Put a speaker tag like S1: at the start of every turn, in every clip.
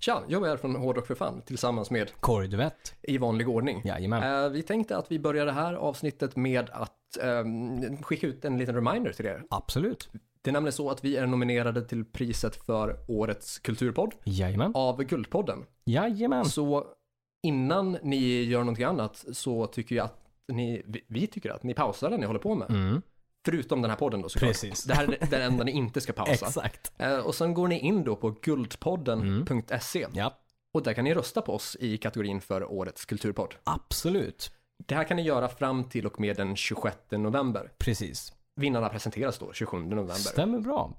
S1: Tja, jag är från Hårdrock för fan tillsammans med
S2: Korgduett.
S1: I vanlig ordning.
S2: Jajamän.
S1: Eh, vi tänkte att vi börjar det här avsnittet med att ehm, skicka ut en liten reminder till er.
S2: Absolut.
S1: Det är nämligen så att vi är nominerade till priset för Årets kulturpodd
S2: Jajamän.
S1: av Guldpodden.
S2: Mm. Jajamän.
S1: Så innan ni gör någonting annat så tycker jag att ni, vi- vi tycker att ni pausar det ni håller på med.
S2: Mm.
S1: Förutom den här podden då såklart.
S2: Precis.
S1: Det här är den enda ni inte ska pausa.
S2: Exakt.
S1: Eh, Och sen går ni in då på guldpodden.se
S2: Mm. Ja,
S1: och där kan ni rösta på oss i kategorin för årets kulturpodd.
S2: absolut.
S1: Det här kan ni göra fram till och med den 26 november.
S2: Precis.
S1: Vinnarna presenteras då 27 november.
S2: Stämmer bra.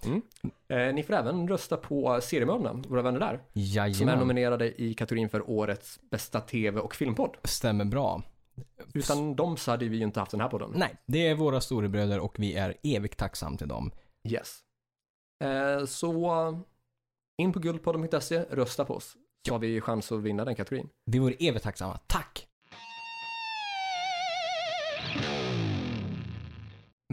S1: Eh, Ni får även rösta på Seriemördarna, våra vänner där, som är
S2: Jajamän.
S1: nominerade i kategorin för årets bästa tv och filmpodd.
S2: Stämmer bra.
S1: Utan dem så hade vi ju inte haft den här podden.
S2: Nej, det är våra storebröder och vi är evigt tacksam till dem.
S1: Yes. Eh, Så in på guldpodden.se, rösta på oss. Så har vi chans att vinna den kategorin.
S2: Vi vore evigt tacksamma. Tack!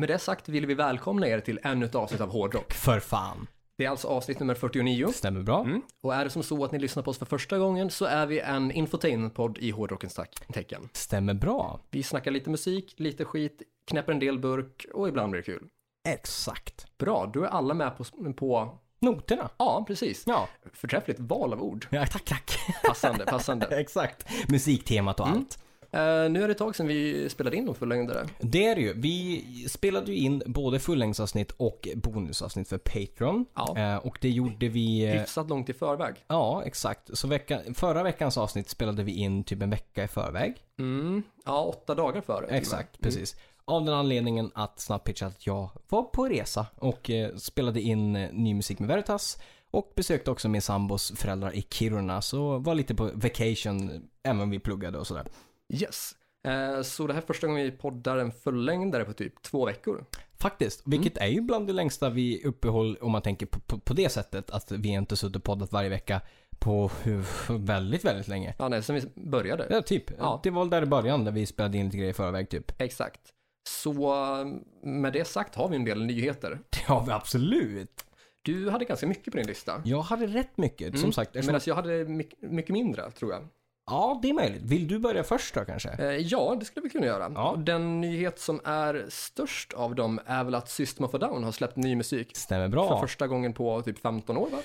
S1: Med det sagt vill vi välkomna er till ännu ett avsnitt av Hårdrock.
S2: För fan.
S1: Det är alltså avsnitt nummer 49.
S2: Stämmer bra.
S1: Mm. Och är det som så att ni lyssnar på oss för första gången så är vi en infotainmentpodd i hårdrockens tack- tecken.
S2: Stämmer bra.
S1: Vi snackar lite musik, lite skit, knäpper en del burk och ibland blir det kul.
S2: Exakt.
S1: Bra, då är alla med på, på
S2: Noterna.
S1: ja precis,
S2: Ja.
S1: förträffligt val av ord.
S2: ja tack, tack.
S1: Passande, passande.
S2: Exakt. Mm. Musiktemat och allt.
S1: Eh, nu är det ett tag sedan vi spelade in de fullängdare.
S2: Det är det ju. Vi spelade ju in både fullängdsavsnitt och bonusavsnitt för Patreon.
S1: Ja.
S2: Eh, och det gjorde vi... eh,
S1: Hyfsat långt i förväg.
S2: Ja, exakt. Så vecka, förra veckans avsnitt spelade vi in typ en vecka i förväg.
S1: Mm. Ja, åtta dagar före. till och med.
S2: Exakt, precis. Av den anledningen att snabbt pitcha att jag var på resa och eh, spelade in eh, ny musik med Veritas och besökte också min sambos föräldrar i Kiruna. Så var lite på vacation eh, även om vi pluggade och sådär.
S1: Yes. Eh, så det här är första gången vi poddar en fullängdare på typ två veckor.
S2: Faktiskt,
S1: Mm.
S2: vilket är ju bland det längsta vi uppehåll om man tänker på, på, på det sättet att vi inte suttit och poddat varje vecka på hur- väldigt, väldigt länge.
S1: Ja, nej, sen vi började.
S2: Ja, typ.
S1: Ja.
S2: Det var där i början där vi spelade in lite grejer i förväg typ.
S1: Exakt. Så eh, med det sagt har vi en del nyheter.
S2: Ja, men absolut.
S1: Du hade ganska mycket på din lista.
S2: Jag hade rätt mycket, som sagt. Eftersom,
S1: Medan Mm. jag hade mycket, mycket mindre, tror jag.
S2: Ja, det är möjligt. Vill du börja först då kanske?
S1: Eh, ja, det skulle vi kunna göra.
S2: Ja.
S1: Och Den nyhet som är störst av dem är väl att System of a Down har släppt ny musik.
S2: Stämmer
S1: För
S2: bra.
S1: första gången på typ 15 år, va?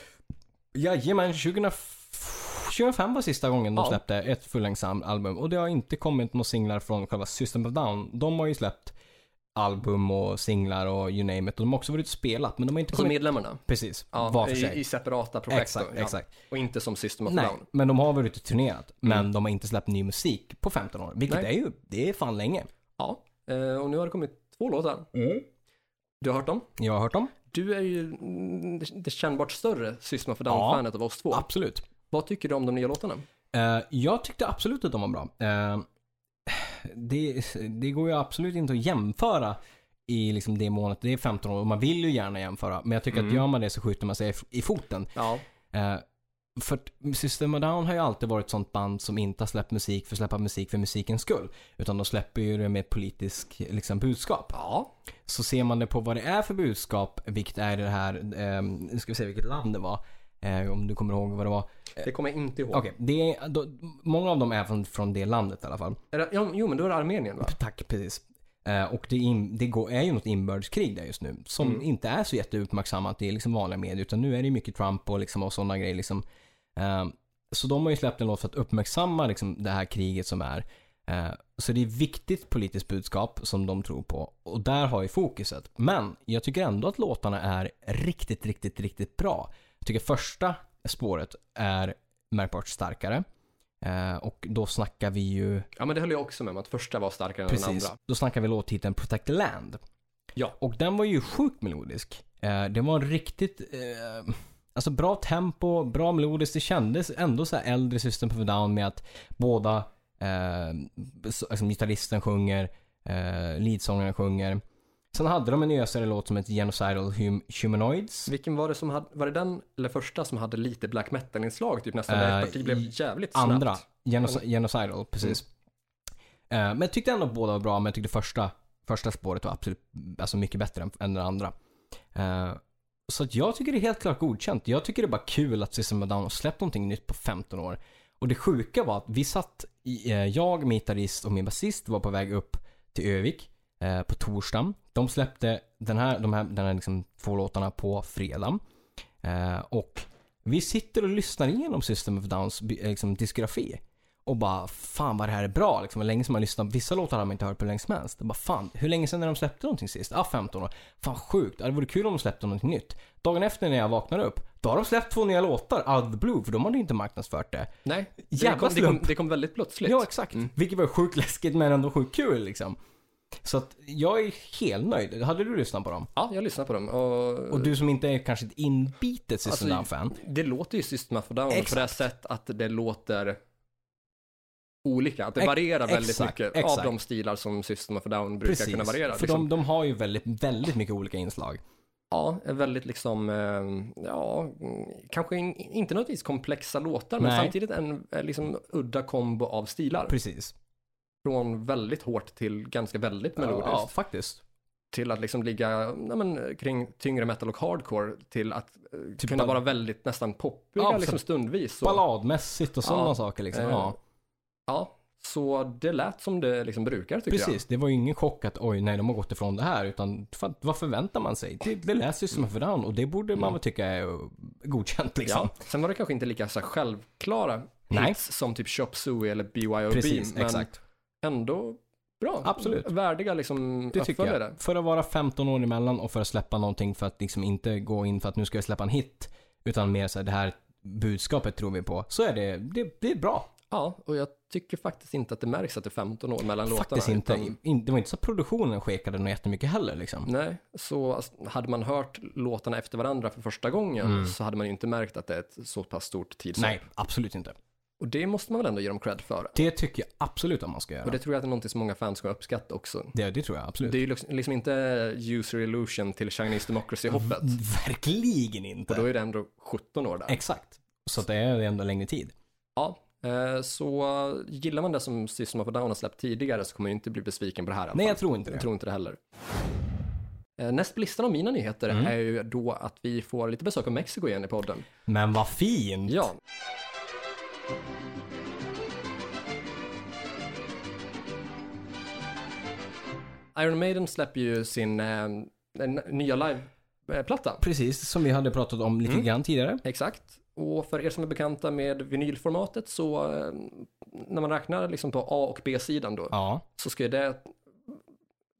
S2: Jajamän, 2005 var sista gången de
S1: Ja.
S2: släppte ett fullängdsam album och det har inte kommit några singlar från själva System of a Down. De har ju släppt album och singlar och you name it. Och de har också varit ute och spelat men de har inte
S1: Alltså
S2: kommit...
S1: medlemmarna.
S2: Precis, var
S1: Ja,
S2: för
S1: i,
S2: sig.
S1: I separata projekt.
S2: Exakt,
S1: då, ja.
S2: exakt.
S1: Och inte som System of a
S2: Nej,
S1: Down.
S2: men de har varit ute och turnerat. Men de har inte släppt ny musik på 15 år. Vilket
S1: Mm. Nej.
S2: är ju, det är fan länge.
S1: Ja, eh, och nu har det kommit två låtar.
S2: Mm.
S1: Du har hört dem?
S2: Jag har hört dem.
S1: Du är ju mm, det- det kännbart större System of a Down-fanet av oss två.
S2: Absolut.
S1: Vad tycker du om de nya låtarna?
S2: Eh, jag tyckte absolut att de var bra. Eh, det, det går ju absolut inte att jämföra i liksom det målet. Det är 15 år och man vill ju gärna jämföra. Men jag tycker att
S1: Mm.
S2: gör man det så skjuter man sig i f- i foten.
S1: Ja,
S2: Eh, för att System of a Down har ju alltid varit ett sånt band som inte har släppt musik för att släppa musik för musikens skull. Utan de släpper ju det med politisk liksom, budskap.
S1: ja.
S2: Så ser man det på vad det är för budskap, vilket är det här, eh, nu ska vi se vilket land det var. Eh, om du kommer ihåg vad det var.
S1: det kommer jag inte ihåg.
S2: Okej, det är, då, många av dem är från, från det landet i alla fall.
S1: Är det- ja, Jo, men då är det Armenien va?
S2: Tack, precis. Eh, och det, är in, det går, är ju något inbördeskrig där just nu som inte är så jätteuppmärksammat i liksom vanliga medier utan nu är det ju mycket Trump och, liksom, och sådana grejer. Liksom. Eh, så de har ju släppt en låt för att uppmärksamma liksom, det här kriget som är. Eh, så det är viktigt politiskt budskap som de tror på och där har ju fokuset. Men jag tycker ändå att låtarna är riktigt, riktigt, riktigt bra. Jag tycker första spåret är märkbart starkare. Eh, och då snackar vi ju
S1: Ja, men det höll jag också med om, att första var starkare än den
S2: Precis.
S1: andra.
S2: Då snackar vi låttiteln Protect the Land.
S1: Ja.
S2: Och den var ju sjukt melodisk. Eh, det var en riktigt, eh, alltså bra tempo, bra melodiskt. Det kändes ändå så här äldre System of a Down med att båda, eh, så- alltså gitarristen sjunger, eh, leadsångaren sjunger. Sen hade de en ösare låt som heter Genocidal hum- Humanoids.
S1: Vilken var det som hade, var det den eller första som hade lite black metal-inslag typ nästan?
S2: Eh,
S1: där ett parti blev
S2: i-
S1: jävligt snabbt.
S2: Andra, Genoci- Genocidal, precis. Eh, men jag tyckte ändå att båda var bra, men jag tyckte första, första spåret var absolut alltså mycket bättre än, än det andra. Eh, Så att jag tycker det är helt klart godkänt. Jag tycker det är bara kul att System of Down har släppt någonting nytt på 15 år. Och det sjuka var att vi satt, i, eh, jag, min gitarrist och min basist var på väg upp till Övik eh, på torsdagen. De släppte den här, de här, den här liksom två låtarna på fredag. Eh, och vi sitter och lyssnar igenom System of Downs bi- eh, liksom, diskografi. Och bara fan vad det här är bra liksom. Och länge som man lyssnar, vissa låtar har man inte hört på hur länge som helst. Och bara fan, hur länge sedan är de släppte någonting sist? Ah 15 år. Fan sjukt, ah, det vore kul om de släppte någonting nytt. Dagen efter när jag vaknar upp, då har de släppt två nya låtar out of the blue för de hade inte marknadsfört det.
S1: Nej, det
S2: Jävla
S1: kom, det, kom,
S2: slump.
S1: det kom väldigt plötsligt.
S2: Ja, exakt.
S1: Mm.
S2: Vilket var sjukt läskigt men ändå sjukt kul liksom. Så att jag är helt nöjd. Hade du lyssnat på dem?
S1: Ja, jag lyssnar på dem. Och,
S2: Och du som inte är kanske ett inbitet
S1: Alltså,
S2: System alltså, fan
S1: Det låter ju System of a Down på
S2: Exakt.
S1: det här sätt att det låter olika. Att det
S2: Ex-
S1: varierar väldigt
S2: exakt,
S1: mycket av
S2: exakt.
S1: de stilar som System of a Down brukar kunna variera.
S2: För
S1: liksom.
S2: de, de har ju väldigt, väldigt mycket olika inslag.
S1: Ja, är väldigt liksom, eh, ja, mm, kanske in, inte nödvändigtvis komplexa låtar, men
S2: Nej.
S1: samtidigt en eh, liksom udda kombo av stilar.
S2: Precis.
S1: Från väldigt hårt till ganska väldigt melodiskt.
S2: Ja, faktiskt.
S1: Till att liksom ligga nej, men, kring tyngre metal och hardcore, till att eh,
S2: Typ
S1: kunna
S2: ball-
S1: vara väldigt nästan poppiga
S2: Ja,
S1: liksom
S2: så-
S1: stundvis. Så,
S2: Balladmässigt och sådana
S1: Ja,
S2: saker liksom.
S1: eh,
S2: ja,
S1: Ja, så det lät som det liksom brukar tycker
S2: precis. Det var ju ingen chock att oj, nej, de har gått ifrån det här. Utan fan, vad förväntar man sig? Det, det läser ju som en fördamn och det borde man väl tycka är eh, godkänt
S1: jag.
S2: liksom.
S1: Ja. Sen var det kanske inte lika så här, självklara
S2: Nej.
S1: hits som typ Chop Suey eller BYOB,
S2: Precis,
S1: men
S2: exakt.
S1: ändå bra.
S2: Absolut.
S1: Värdiga liksom
S2: Det tycker
S1: uppföljare.
S2: jag. För att vara 15 år emellan och för att släppa någonting för att liksom inte gå in för att nu ska vi släppa en hit. Utan mer så här, det här budskapet tror vi på. Så är det, det, det är bra.
S1: Ja, och jag tycker faktiskt inte att det märks att det är 15 år mellan låtarna.
S2: Faktiskt inte.
S1: utan-
S2: in, det var inte så att produktionen skekade något jättemycket heller liksom.
S1: Nej, så alltså, hade man hört låtarna efter varandra för första gången så hade man ju inte märkt att det är ett så pass stort tidshopp.
S2: Mm. Nej, absolut inte.
S1: Och det måste man väl ändå ge dem cred för.
S2: Det tycker jag absolut att man ska
S1: Och
S2: göra.
S1: det
S2: Det,
S1: tror jag att det är någonting som många fans kommer uppskatta också.
S2: det, tror jag absolut.
S1: Det är ju liksom liksom inte user illusion till Chinese democracy-hoppet.
S2: Mm. Verkligen inte.
S1: Och då är det ändå 17 år där.
S2: Exakt. Så att det är ändå längre tid.
S1: Ja, eh, så gillar man det som System of a Down har släppt tidigare så kommer man ju inte bli besviken på det här. i alla
S2: Nej,
S1: fall.
S2: jag tror inte det.
S1: Jag tror inte det heller. Eh, Näst på listan av mina nyheter
S2: Mm.
S1: är ju då att vi får lite besök av Mexiko igen i podden.
S2: Men vad fint!
S1: Ja. Iron Maiden släpper ju sin eh, n- nya liveplatta.
S2: Precis, som vi hade pratat om lite grann tidigare.
S1: Exakt. Och för er som är bekanta med vinylformatet så eh, när man räknar liksom på A och B-sidan då
S2: Ja,
S1: så ska ju det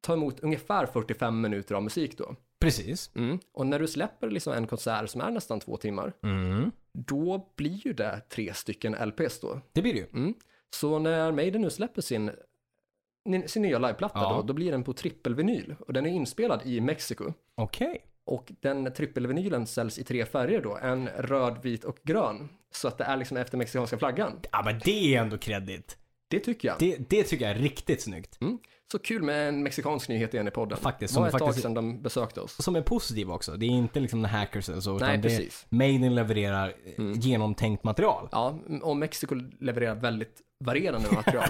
S1: ta emot ungefär 45 minuter av musik då.
S2: precis.
S1: Och när du släpper liksom en konsert som är nästan två timmar,
S2: Mm.
S1: då blir ju det tre stycken LPs då.
S2: Det blir det ju.
S1: Så när Maiden nu släpper sin, sin nya liveplatta
S2: Ja.
S1: då, då blir den på trippelvinyl och den är inspelad i Mexiko.
S2: Okej.
S1: Och den trippelvinylen säljs i tre färger då, en röd, vit och grön. Så att det är liksom efter mexikanska flaggan.
S2: Ja, men det är ändå kreddigt.
S1: Det tycker jag. Mm.
S2: Det, det tycker jag är riktigt snyggt.
S1: Så kul med en mexikansk nyhet igen i podden.
S2: Faktiskt,
S1: Det var
S2: som
S1: ett tag
S2: faktiskt-
S1: sedan de besökte oss.
S2: Som är positiv också. Det är inte liksom hackers eller så. Utan
S1: Nej,
S2: det,
S1: precis.
S2: Maiden levererar eh, genomtänkt material.
S1: Ja, och Mexiko levererar väldigt varierande material.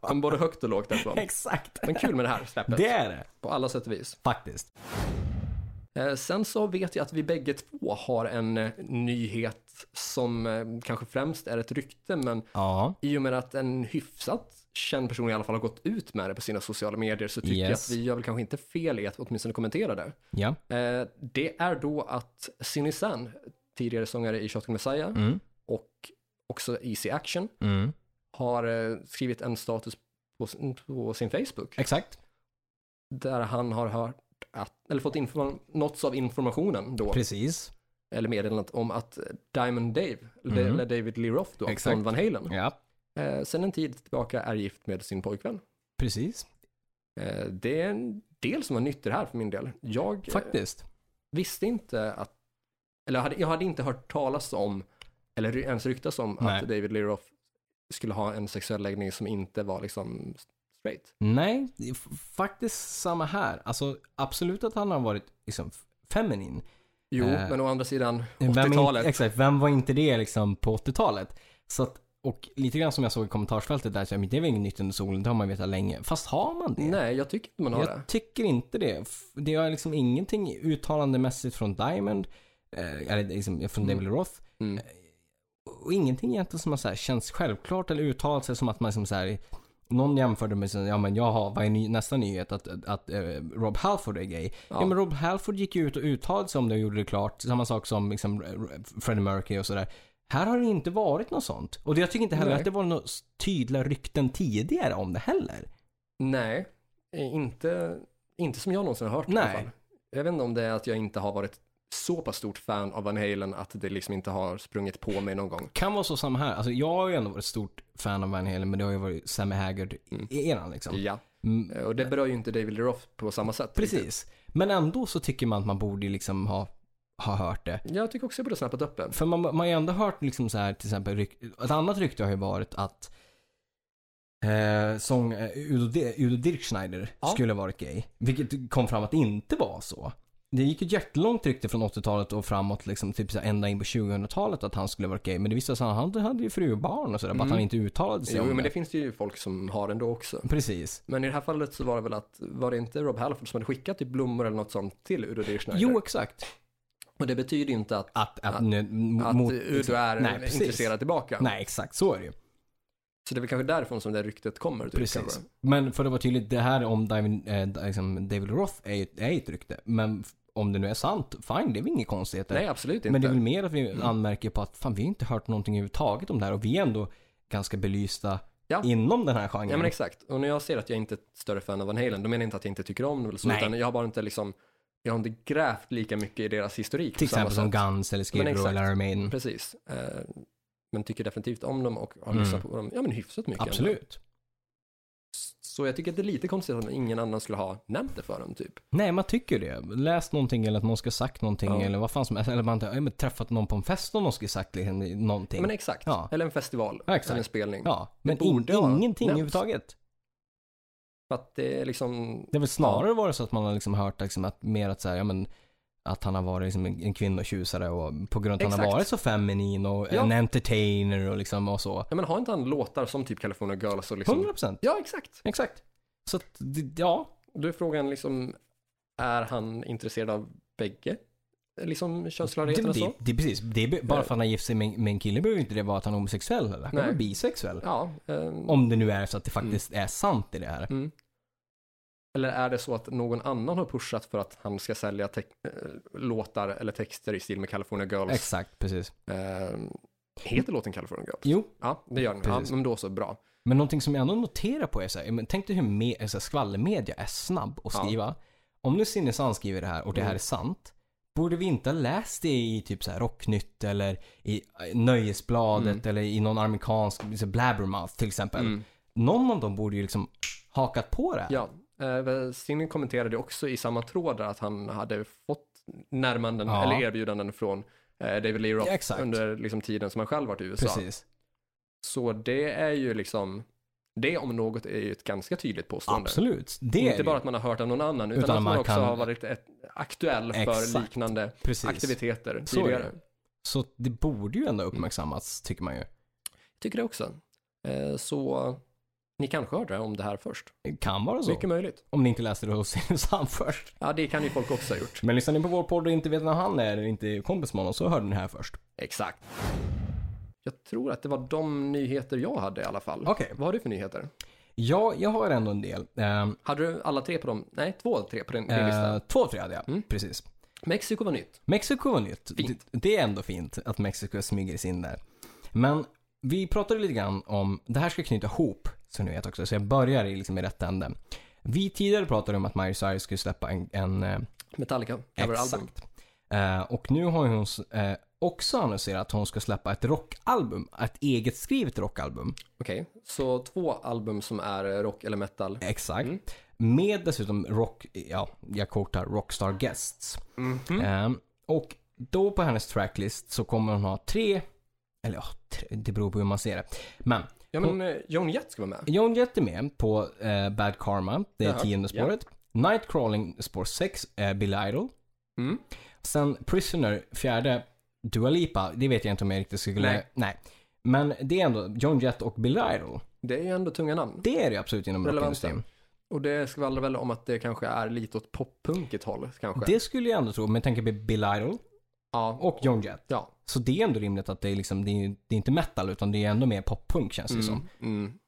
S1: De både högt och lågt därifrån.
S2: Exakt.
S1: Men kul med det här släppet,
S2: Det är det.
S1: på alla sätt och vis.
S2: Faktiskt.
S1: Eh, Sen så vet jag att vi bägge två har en eh, nyhet som eh, kanske främst är ett rykte, men
S2: Ja.
S1: i och med att en hyfsat känd person i alla fall har gått ut med det på sina sociala medier så tycker jag
S2: Yes.
S1: att vi gör väl kanske inte fel i att åtminstone kommentera det.
S2: Ja.
S1: Eh, det är då att Sinny San, tidigare sångare i Shotgun Messiah
S2: Mm.
S1: och också Easy Action,
S2: Mm.
S1: har eh, skrivit en status på sin, på sin Facebook
S2: Exakt.
S1: där han har hört att, eller fått inform- nåtts av informationen då,
S2: Precis.
S1: eller meddelandet om att Diamond Dave, eller-
S2: Mm.
S1: eller David Lee Roth då,
S2: Exakt.
S1: från Van Halen,
S2: Ja.
S1: eh, sen en tid tillbaka är gift med sin pojkvän.
S2: Precis.
S1: Eh, det är en del som var nytt i det här för min del. Jag eh,
S2: Faktiskt.
S1: visste inte att, eller jag hade, jag hade inte hört talas om, eller ry- ens ryktas om
S2: Nej.
S1: att David Lee Roth skulle ha en sexuell läggning som inte var liksom straight.
S2: Nej, det är f- faktiskt samma här. Alltså absolut att han har varit liksom f- feminin.
S1: Jo,
S2: Eh,
S1: men å andra sidan
S2: Vem är inte-
S1: 80-talet.
S2: Exakt, vem var inte det liksom på 80-talet? Så att, Och lite grann som jag såg i kommentarsfältet där, så jag, men det är väl inget nytt under solen, det har man vetat länge. Fast har man det?
S1: Nej, jag tycker inte man har det.
S2: Jag tycker inte det. F- Det är liksom ingenting uttalandemässigt från Diamond, eh, eller liksom från
S1: Mm.
S2: David Roth. Eh,
S1: Mm.
S2: Och ingenting egentligen som har så här, känns självklart eller uttalat sig som att man liksom så här, någon jämförde med, så här, ja men jaha, vad är ny, nästa nyhet? Att, att, eh, Rob Halford är gay. Ja. men Rob Halford gick ju ut och uttalade sig om det och gjorde det klart. Samma sak som liksom R- R- Freddie Mercury och sådär. Här har det inte varit något sånt. Och jag tycker inte heller
S1: Nej.
S2: att det var några s- tydliga rykten tidigare om det heller.
S1: Nej, eh, inte, inte som jag någonsin har hört i alla
S2: Nej.
S1: fall. Jag vet inte om det är att jag inte har varit så pass stort fan av Van Halen att det liksom inte har sprungit på mig någon gång.
S2: Kan vara så samma här. Alltså jag har ju ändå varit stort fan av Van Halen, men det har ju varit Sammy Haggard
S1: Mm.
S2: i eran liksom.
S1: Ja,
S2: Mm,
S1: eh, och det berör ju inte David Lee Roth på samma sätt. riktigt.
S2: Precis. Men ändå så tycker man att man borde liksom ha, ha hört det.
S1: Jag tycker också jag borde ha snappat upp den.
S2: För man, man har ju ändå hört liksom så här, till exempel, ryk, ett annat rykte har ju varit att eh, sång, eh, Udo, Di- Udo Dirkschneider
S1: Ja.
S2: skulle ha varit gay. Vilket kom fram att det inte var så. Det gick ett jättelångt rykte från 80-talet och framåt, liksom, typ så här, ända in på 2000-talet att han skulle ha varit gay. Men det visade sig att han hade ju fru och barn och sådär, bara att
S1: Mm.
S2: han inte uttalade sig
S1: Jo,
S2: om
S1: men
S2: det.
S1: det finns ju folk som har den då också.
S2: Precis.
S1: Men i det här fallet så var det väl att, var det inte Rob Halford som hade skickat typ blommor eller något sånt till Udo Dirschneider?
S2: Jo, exakt.
S1: Och det betyder ju inte att,
S2: Att, att,
S1: Att-
S2: nu- m-
S1: att
S2: mot-
S1: Udo är
S2: Nej, precis.
S1: intresserad tillbaka.
S2: Nej, exakt. Så är det ju.
S1: Så det är väl kanske därifrån som det ryktet kommer. typ,
S2: Precis.
S1: kanske.
S2: Men för att vara tydligt, det här om David, eh, liksom David Roth är, ju- är ju ett rykte. Men f- om det nu är sant, fine, det är väl inga konstigheter.
S1: Nej, absolut inte. Mm.
S2: Men det är väl mer att vi anmärker på att fan, vi har inte hört någonting överhuvudtaget om det här och vi är ändå ganska belysta
S1: Ja.
S2: inom den här genren.
S1: Ja men exakt, och när jag säger att jag inte är ett större fan av Van Halen, då menar jag inte att jag inte tycker om dem eller så,
S2: Nej.
S1: utan jag har bara inte liksom, jag har inte grävt lika mycket i deras historik. på
S2: Till exempel
S1: samma
S2: som
S1: sätt.
S2: Guns eller Skid
S1: Men
S2: Row
S1: exakt.
S2: eller Iron Maiden.
S1: Precis, Eh, men tycker definitivt om dem och har
S2: Mm.
S1: lyssnat på dem, ja men hyfsat mycket. ändå.
S2: Absolut.
S1: Så jag tycker att det är lite konstigt att ingen annan skulle ha nämnt det för dem typ.
S2: Nej, man tycker det. Läst någonting eller att någon ska ha sagt någonting
S1: Ja.
S2: eller vad fan som helst. Eller man har ja, men träffat någon på en fest och någon ska ha sagt liksom, någonting.
S1: Ja, men exakt,
S2: Ja.
S1: eller en festival,
S2: Ja, exakt.
S1: eller en spelning.
S2: ja,
S1: det
S2: men in,
S1: borde ha
S2: ingenting
S1: nämnts.
S2: överhuvudtaget.
S1: För att det är liksom,
S2: Det har väl snarare varit så att man har liksom hört liksom att mer att så här, ja, men, att han har varit liksom en en kvinnotjusare och på grund av att han har
S1: Exakt.
S2: varit så feminin och
S1: Ja.
S2: en entertainer och liksom och så.
S1: ja men har inte han låtar som typ California Girls och liksom,
S2: 100 procent.
S1: ja exakt.
S2: Exakt. Så att, det- ja.
S1: Då är frågan liksom, är han intresserad av bägge? Liksom
S2: Det,
S1: könstillhörigheterna
S2: det,
S1: så?
S2: det, precis. Det är, be- bara för att han har gift sig med, med en kille behöver inte det vara att han är homosexuell eller han kan
S1: Nej.
S2: vara bisexuell.
S1: Ja. ehm,
S2: Om det nu är så att det faktiskt är sant i det här.
S1: mm. Eller är det så att någon annan har pushat för att han ska sälja te- eh, låtar eller texter i stil med California Girls?
S2: Exakt, precis.
S1: Ehm, heter låten California Girls?
S2: Jo,
S1: Ja, det gör den. Ja,
S2: Precis.
S1: men då så, bra.
S2: Men någonting som jag ändå noterar på är så här, men tänk dig hur me- eh, så här, skvallermedia är snabb att
S1: Ja.
S2: skriva. Om nu Sinnesan skriver det här och det här
S1: Mm.
S2: är sant, borde vi inte ha läst det i typ så här Rocknytt eller i eh, Nöjesbladet eller i någon amerikansk, så här, Blabbermouth till exempel.
S1: Mm.
S2: Någon av dem borde ju liksom hakat på det här.
S1: Ja, eh, Singh kommenterade också i samma tråd där att han hade fått närmanden
S2: Ja.
S1: eller erbjudanden från eh, David Lee Roth
S2: Ja, exakt.
S1: under liksom, tiden som han själv varit i USA.
S2: Precis.
S1: Så det är ju liksom, det om något är ju ett ganska tydligt påstående.
S2: Absolut. Det är
S1: inte
S2: det
S1: bara
S2: ju.
S1: att man har hört av någon annan, utan,
S2: Utan
S1: att man,
S2: man
S1: också
S2: kan-
S1: har varit ett, aktuell för
S2: Exakt.
S1: liknande
S2: Precis.
S1: aktiviteter
S2: Så är det.
S1: tidigare.
S2: Så det borde ju ändå
S1: Mm.
S2: uppmärksammats, tycker man ju.
S1: Tycker det också. Eh, Så ni kanske hörde om det här först.
S2: Det kan vara så.
S1: Mycket möjligt.
S2: Om ni inte läste det hos Sinnesan först.
S1: Ja, det kan ju folk också ha gjort.
S2: Men lyssnar ni på vår podd och inte vet vem han är, eller inte är kompis med honom, så hörde ni här först.
S1: Exakt. Jag tror att det var de nyheter jag hade i alla fall.
S2: Okej.
S1: Vad har du för nyheter?
S2: Ja, jag har ändå en del. Eh,
S1: Hade du alla tre på dem? Nej, två av tre på din, din
S2: eh,
S1: lista.
S2: två och tre hade jag, precis.
S1: Mexiko var nytt.
S2: Mexiko var nytt. Det,
S1: Fint.
S2: det är ändå fint att Mexiko smyger sig in där. Men vi pratade lite grann om, det här ska knyta ihop, så ni vet också, så jag börjar i, liksom, i rätt ände. Vi tidigare pratade om att Miley Cyrus skulle släppa en, en eh,
S1: Metallica coveralbum.
S2: Exakt. Eh, och nu har hon s- eh, också annonserat att hon ska släppa ett rockalbum, ett eget skrivet rockalbum.
S1: Okej, så två album som är rock eller metal.
S2: Exakt.
S1: Mm.
S2: Med dessutom rock, ja, jag kortar Rockstar Guests.
S1: Mm.
S2: Ehm, och då på hennes tracklist så kommer hon ha tre, eller ja, tre, det beror på hur man ser det. Men
S1: Ja, men eh, Joan Jett ska vara med.
S2: John Jett är med på eh, Bad Karma, det är
S1: Jaha,
S2: tionde
S1: ja.
S2: spåret. Nightcrawling spår 6, eh, Bill Idol.
S1: Mm.
S2: Sen Prisoner, fjärde, Dua Lipa, det vet jag inte om jag riktigt skulle...
S1: Nej.
S2: Nej. Men det är ändå John Jett och Bill Idol.
S1: Det är ju ändå tunga namn.
S2: Det är det ju absolut inom
S1: Relevanta.
S2: rockindustrin.
S1: Och det skvallrar väl om att det kanske är lite åt poppunkigt håll kanske.
S2: Det skulle jag ändå tro, med tanke på Bill Idol
S1: Ja,
S2: och John Jett.
S1: ja.
S2: Så det är ändå rimligt att det är liksom, det är, ju- det är inte metal utan det är ändå mer poppunk känns det som.
S1: Mm, mm.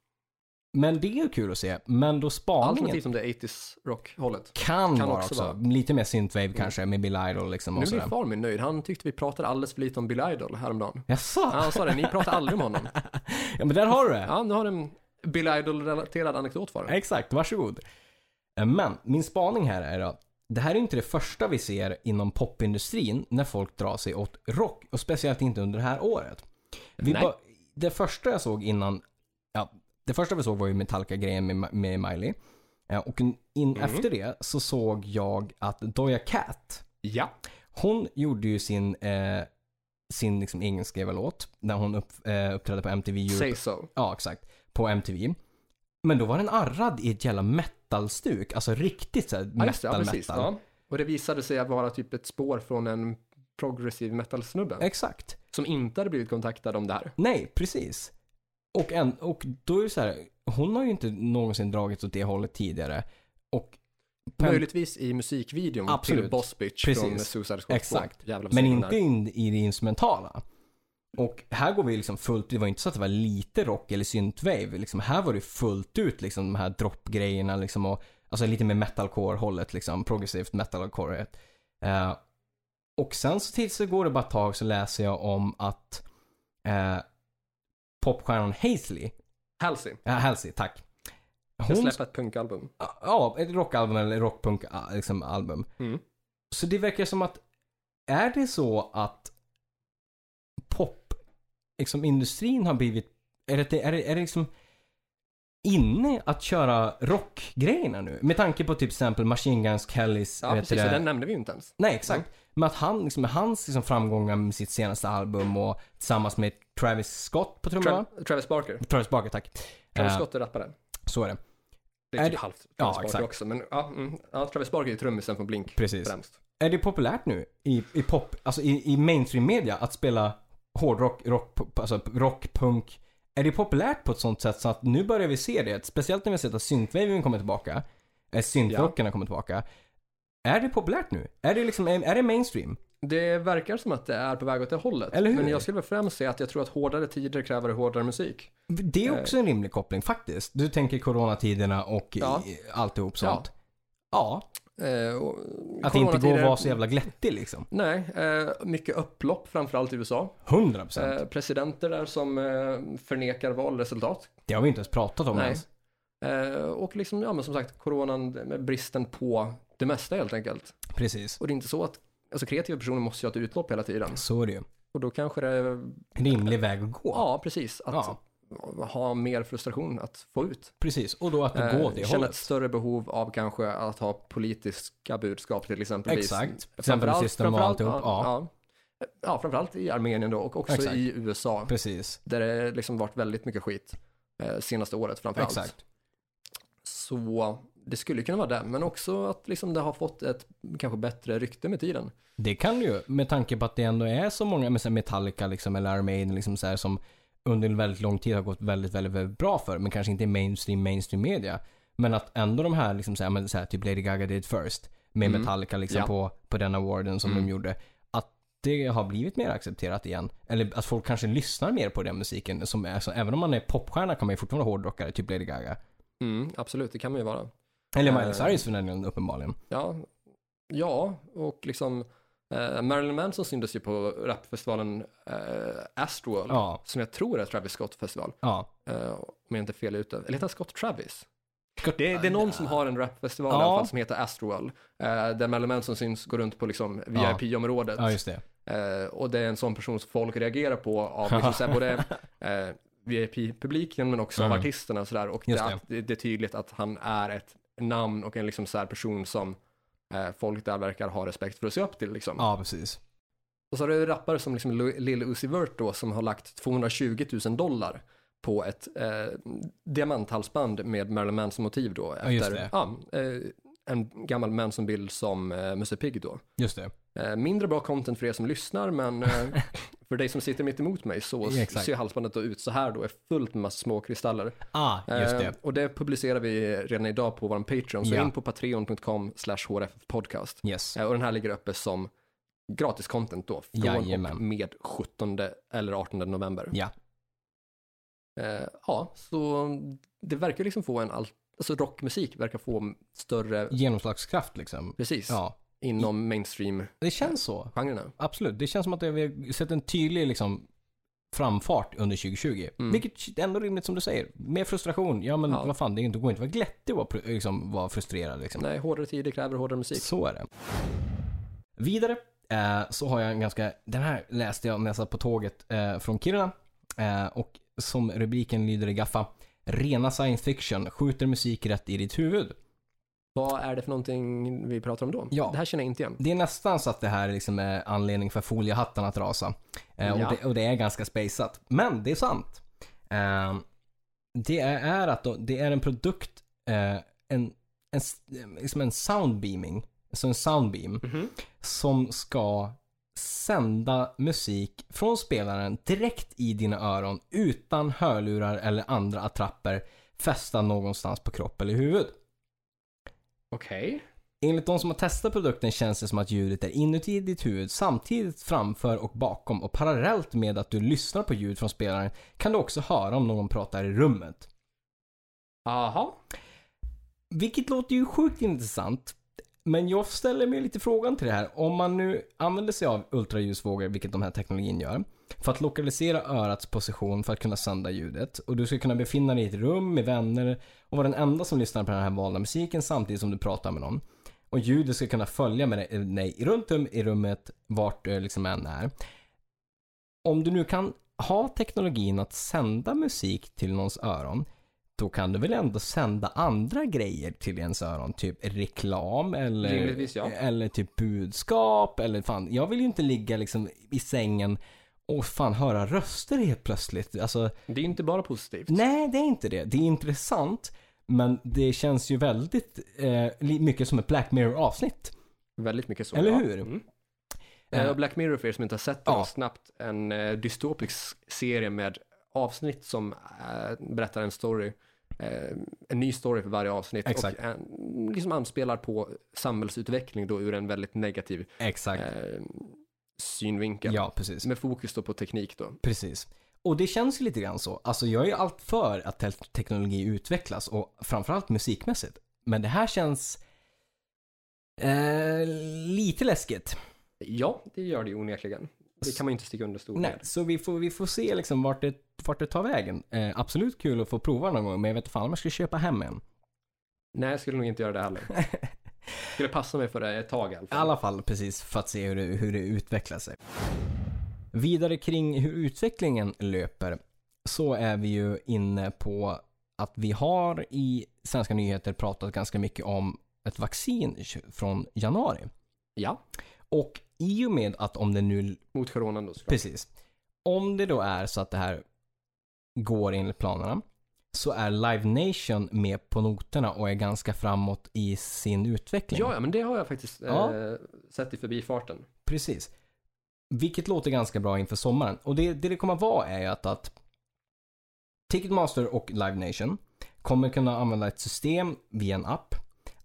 S2: Men det är ju kul att se. Men då spaningen
S1: Alternativt om det är 80s rock-hållet.
S2: kan,
S1: kan
S2: vara
S1: också
S2: också,
S1: vara. Mm.
S2: lite mer synthwave kanske med Bill Idol liksom
S1: Nu
S2: och
S1: blir
S2: sådär.
S1: far min nöjd. Han tyckte vi pratade alldeles för lite om Bill Idol häromdagen.
S2: Jaså?
S1: Ja, han sa det, ni pratar aldrig om honom.
S2: Ja men där har du det.
S1: Ja, nu har du en Bill Idol-relaterad anekdot för dig.
S2: Exakt, varsågod. Eh, Men min spaning här är att det här är inte det första vi ser inom popindustrin när folk drar sig åt rock och speciellt inte under det här året. Vi
S1: Nej.
S2: ba- det första jag såg innan, ja, det första vi såg var ju Metallica-grejen med, Ma- med Miley. Eh, Och in,
S1: Mm.
S2: efter det så såg jag att Doja Cat,
S1: Ja.
S2: hon gjorde ju sin, eh, sin liksom egenskriva låt när hon upp, eh, uppträdde på MTV Europe.
S1: Say so.
S2: Ja, exakt. På MTV. Men då var den arrad i ett jävla metalstuk. Alltså riktigt såhär
S1: Ja, just det, ja,
S2: metal,
S1: precis.
S2: metal.
S1: Ja. Och det visade sig att vara typ ett spår från en progressiv metal-snubbe
S2: Exakt.
S1: som inte hade blivit kontaktad om det här.
S2: Nej, precis. Och, en, och då är det så här, hon har ju inte någonsin dragits åt det hållet tidigare. Och Pem-
S1: Möjligtvis i musikvideon till
S2: Absolut.
S1: Boss Bitch
S2: Precis.
S1: från Suicide Squad 2.
S2: Exakt.
S1: Jävla
S2: Men
S1: musiken
S2: inte in, i det instrumentala. Och här går vi liksom fullt, det var inte så att det var lite rock eller synthwave. Liksom, här var det fullt ut liksom de här droppgrejerna liksom och alltså lite mer metalcore-hållet liksom, progressivt metalcore. Eh, och sen så tills det går det bara ett tag så läser jag om att eh, popstjärnan Hazley,
S1: där. Halsey.
S2: äh, Halsey, tack.
S1: Jag
S2: Hon,
S1: släppte ett punkalbum.
S2: ja, ett rockalbum eller rockpunk liksom, album.
S1: Mm.
S2: Så det verkar som att är det så att pop, liksom industrin har blivit, är det, är det, är det liksom inne att köra rockgrejerna nu? Med tanke på typ till exempel Machine Guns Kellys,
S1: Ja,
S2: vet
S1: precis.
S2: du
S1: Och
S2: det?
S1: den Mm. nämnde vi ju inte ens.
S2: Nej, exakt. Men att han, liksom, med hans liksom, framgångar med sitt senaste album och tillsammans med Travis Scott på trummorna.
S1: Tra- Travis Barker.
S2: Travis Barker, tack.
S1: Travis
S2: Eh,
S1: Scott är rappare.
S2: så är det.
S1: Det är,
S2: är
S1: typ
S2: det-
S1: halvt Travis
S2: Ja,
S1: Barker
S2: exakt.
S1: också. Men ja, mm, ja, Travis Barker är ju trummisen från Blink
S2: Precis.
S1: främst.
S2: Är det populärt nu i, i pop, alltså i, i mainstream media att spela hårdrock, rock, pop- alltså rock, punk? Är det populärt på ett sånt sätt så att nu börjar vi se det? Speciellt när vi har sett att synthwaven kommer tillbaka. Äh, syntrockarna kommer tillbaka. Är det populärt nu? Är det liksom, är, är det mainstream?
S1: Det verkar som att det är på väg åt det hållet.
S2: Eller hur?
S1: Men jag skulle väl främst säga att jag tror att hårdare tider kräver hårdare musik.
S2: Det är också en rimlig koppling faktiskt. Du tänker coronatiderna och i-
S1: Ja.
S2: alltihop sånt. Ja.
S1: Eh, och
S2: Att inte gå och
S1: coronatider-
S2: vara så jävla glättig liksom.
S1: Nej, eh, mycket upplopp framförallt i USA.
S2: 100%. procent.
S1: Eh, presidenter där som eh, förnekar valresultat.
S2: Det har vi inte ens pratat om
S1: nej.
S2: ens.
S1: Eh, och liksom, ja men som sagt, coronan eh, med bristen på det mesta helt enkelt.
S2: Precis.
S1: Och det är inte så att, alltså kreativa personer måste ju ha ett utlopp hela tiden.
S2: Så är det ju.
S1: Och då kanske det,
S2: Rimlig väg att gå.
S1: ja precis, att
S2: Ja.
S1: ha mer frustration att få ut.
S2: Precis, och då att det
S1: Eh,
S2: går åt det
S1: känna ett
S2: hållet.
S1: större behov av kanske att ha politiska budskap till exempelvis.
S2: Exakt. Till exempel system och alltihop. Ja,
S1: ja. ja, framförallt i Armenien då och också
S2: Exakt.
S1: i USA.
S2: precis.
S1: Där det liksom varit väldigt mycket skit eh, senaste året framförallt.
S2: Exakt.
S1: Så det skulle kunna vara det, men också att liksom det har fått ett kanske bättre rykte med tiden.
S2: Det kan du ju, med tanke på att det ändå är så många, med så här Metallica liksom, eller Iron Maiden liksom så här, som under en väldigt lång tid har gått väldigt, väldigt, väldigt bra för, men kanske inte i mainstream, mainstream media. Men att ändå de här, liksom så här, men så här typ Lady Gaga did first, med
S1: Mm.
S2: Metallica liksom
S1: Ja.
S2: på, på den awarden som
S1: Mm.
S2: de gjorde, att det har blivit mer accepterat igen. Eller att folk kanske lyssnar mer på den musiken. Som är, alltså, även om man är popstjärna kan man ju fortfarande vara hårdrockare, typ Lady Gaga.
S1: Mm, absolut, det kan man ju vara.
S2: Eller
S1: Eh.
S2: Miley Cyrus för den delen, uppenbarligen.
S1: Ja, ja och liksom eh, Marilyn Manson syntes ju på rapfestivalen eh, Astroworld,
S2: Ja,
S1: som jag tror är Travis Scott-festival,
S2: ja.
S1: eh, om jag inte är fel ute. Eller heter han Scott Travis? Det är, det är någon som har en rapfestival i
S2: Eh, Ja.
S1: alla fall som heter Astroworld, eh, där Marilyn Manson syns gå runt på liksom
S2: Ja.
S1: VIP-området.
S2: Ja, just det.
S1: Eh, och det är en sån person som folk reagerar på av liksom, såhär, både eh, VIP-publiken men också av
S2: Mm.
S1: artisterna och sådär. Och det,
S2: Just
S1: är- det. det är tydligt att han är ett namn och en liksom, såhär, person som eh, folk där verkar ha respekt för att se upp till. Liksom.
S2: Ja, precis.
S1: Och så har du rappare som liksom, Lu- Lil Uzi Vert då som har lagt 220 000 dollar på ett eh, diamanthalsband med Marilyn Manson-motiv då. Efter,
S2: just det.
S1: ja, eh, en gammal Manson-bild som eh, Musse Pigg då.
S2: Just det.
S1: Eh, Mindre bra content för er som lyssnar, men eh, För dig som sitter mitt emot mig så
S2: Ja, exakt.
S1: ser halsbandet då ut så här då, är fullt med massa små kristaller.
S2: Ah, just
S1: Eh,
S2: det.
S1: och det publicerar vi redan idag på vår Patreon, så
S2: Ja.
S1: in på patreon.com slash hrffpodcast.
S2: Yes.
S1: Eh, och den här ligger uppe som gratis content då, från och
S2: Jajamän.
S1: med 17 eller 18 november.
S2: Ja.
S1: Eh, ja, så det verkar liksom få en, all- alltså rockmusik verkar få större,
S2: Genomslagskraft liksom.
S1: precis,
S2: Ja.
S1: inom mainstream-genrerna.
S2: Det känns så. Absolut. Det känns som att vi har sett en tydlig liksom, framfart under 2020.
S1: Mm.
S2: Vilket är ändå rimligt som du säger. Mer frustration. Ja men
S1: Ja.
S2: vad fan, det är inte- det går inte att vara glättig och vara, pr- liksom, vara frustrerad. Liksom.
S1: Nej, hårdare tider kräver hårdare musik.
S2: Så är det. Vidare eh, så har jag en ganska, den här läste jag när jag satt på tåget eh, från Kiruna. Eh, och som rubriken lyder i Gaffa. Rena science fiction skjuter musik rätt i ditt huvud.
S1: Vad är det för någonting vi pratar om då?
S2: Ja.
S1: Det här känner jag inte igen.
S2: Det är nästan så att det här liksom är anledning för foliehattan att rasa. Eh,
S1: Ja.
S2: och, det, och det är ganska spejsat. Men det är sant. Eh, det är att då, det är en produkt, eh, en, en, s- liksom en soundbeaming, alltså en soundbeam, som ska sända musik från spelaren direkt i dina öron utan hörlurar eller andra attrapper fästa någonstans på kropp eller huvud.
S1: Okej.
S2: Enligt de som har testat produkten känns det som att ljudet är inuti ditt huvud samtidigt framför och bakom och parallellt med att du lyssnar på ljud från spelaren kan du också höra om någon pratar i rummet.
S1: Aha.
S2: Vilket låter ju sjukt intressant. Men jag ställer mig lite frågan till det här. Om man nu använder sig av ultraljusvågor, vilket de här teknologin gör, för att lokalisera örats position för att kunna sända ljudet. Och du ska kunna befinna dig i ett rum med vänner och vara den enda som lyssnar på den här valda musiken samtidigt som du pratar med någon. Och ljudet ska kunna följa med dig- dig runt om i rummet vart du liksom än är. Om du nu kan ha teknologin att sända musik till någons öron då kan du väl ändå sända andra grejer till ens öron? Typ reklam eller,
S1: Rimligtvis, ja.
S2: eller typ budskap eller fan. Jag vill ju inte ligga liksom i sängen och fan höra röster helt plötsligt. Alltså,
S1: Det är ju inte bara positivt.
S2: nej det är inte det. Det är intressant men det känns ju väldigt eh, li- mycket som ett Black Mirror avsnitt.
S1: Väldigt mycket så.
S2: Eller
S1: ja.
S2: hur?
S1: Mm. Eh, och Black Mirror för er som inte har sett det,
S2: Ja.
S1: var snabbt en eh, dystopisk serie med avsnitt som eh, berättar en story, eh, en ny story för varje avsnitt
S2: Exakt.
S1: och eh, liksom anspelar på samhällsutveckling då ur en väldigt negativ
S2: Exakt.
S1: eh, synvinkel.
S2: Eh, Ja, precis.
S1: Med fokus då på teknik då.
S2: Precis. Och det känns ju lite grann så. Alltså jag är allt för att te- teknologi utvecklas och framförallt musikmässigt. Men det här känns eh, lite läskigt.
S1: Ja, det gör det ju onekligen. Det kan man ju inte sticka under stol
S2: Nej,
S1: med.
S2: så vi får, vi får se liksom vart det, vart det tar vägen. Eh, absolut kul att få prova någon gång, men jag vet inte fan om jag ska köpa hem en.
S1: Nej, jag skulle nog inte göra det heller. skulle passa mig för det ett tag i alla
S2: I
S1: fall.
S2: alla fall precis för att se hur det, hur det utvecklar sig. Vidare kring hur utvecklingen löper så är vi ju inne på att vi har i svenska nyheter pratat ganska mycket om ett vaccin tj- från januari.
S1: Ja,
S2: Och i och med att om det nu,
S1: mot coronan då såklart.
S2: precis, om det då är så att det här går enligt planerna så är Live Nation med på noterna och är ganska framåt i sin utveckling.
S1: Ja, ja, men det har jag faktiskt
S2: Ja.
S1: eh, sett i förbifarten.
S2: Precis. Vilket låter ganska bra inför sommaren. Och det det, det kommer att vara är ju att, att Ticketmaster och Live Nation kommer kunna använda ett system via en app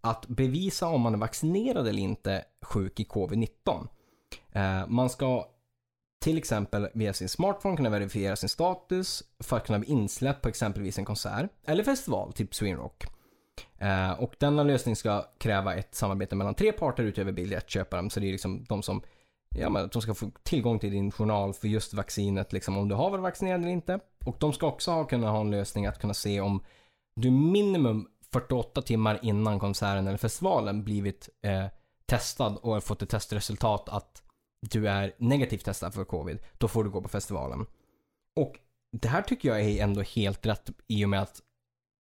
S2: att bevisa om man är vaccinerad eller inte sjuk i covid-19. Eh, man ska till exempel via sin smartphone kunna verifiera sin status för att kunna bli insläppt på exempelvis en konsert eller festival, typ Sweden Rock. Eh, och denna lösning ska kräva ett samarbete mellan tre parter utöver biljettköparen. Så det är liksom de som ja, men, de ska få tillgång till din journal för just vaccinet, liksom, om du har varit vaccinerad eller inte. Och de ska också ha, kunna ha en lösning att kunna se om du minimum 48 timmar innan konserten eller festivalen blivit eh, testad och har fått ett testresultat att du är negativt testad för covid. Då får du gå på festivalen. Och det här tycker jag är ändå helt rätt i och med att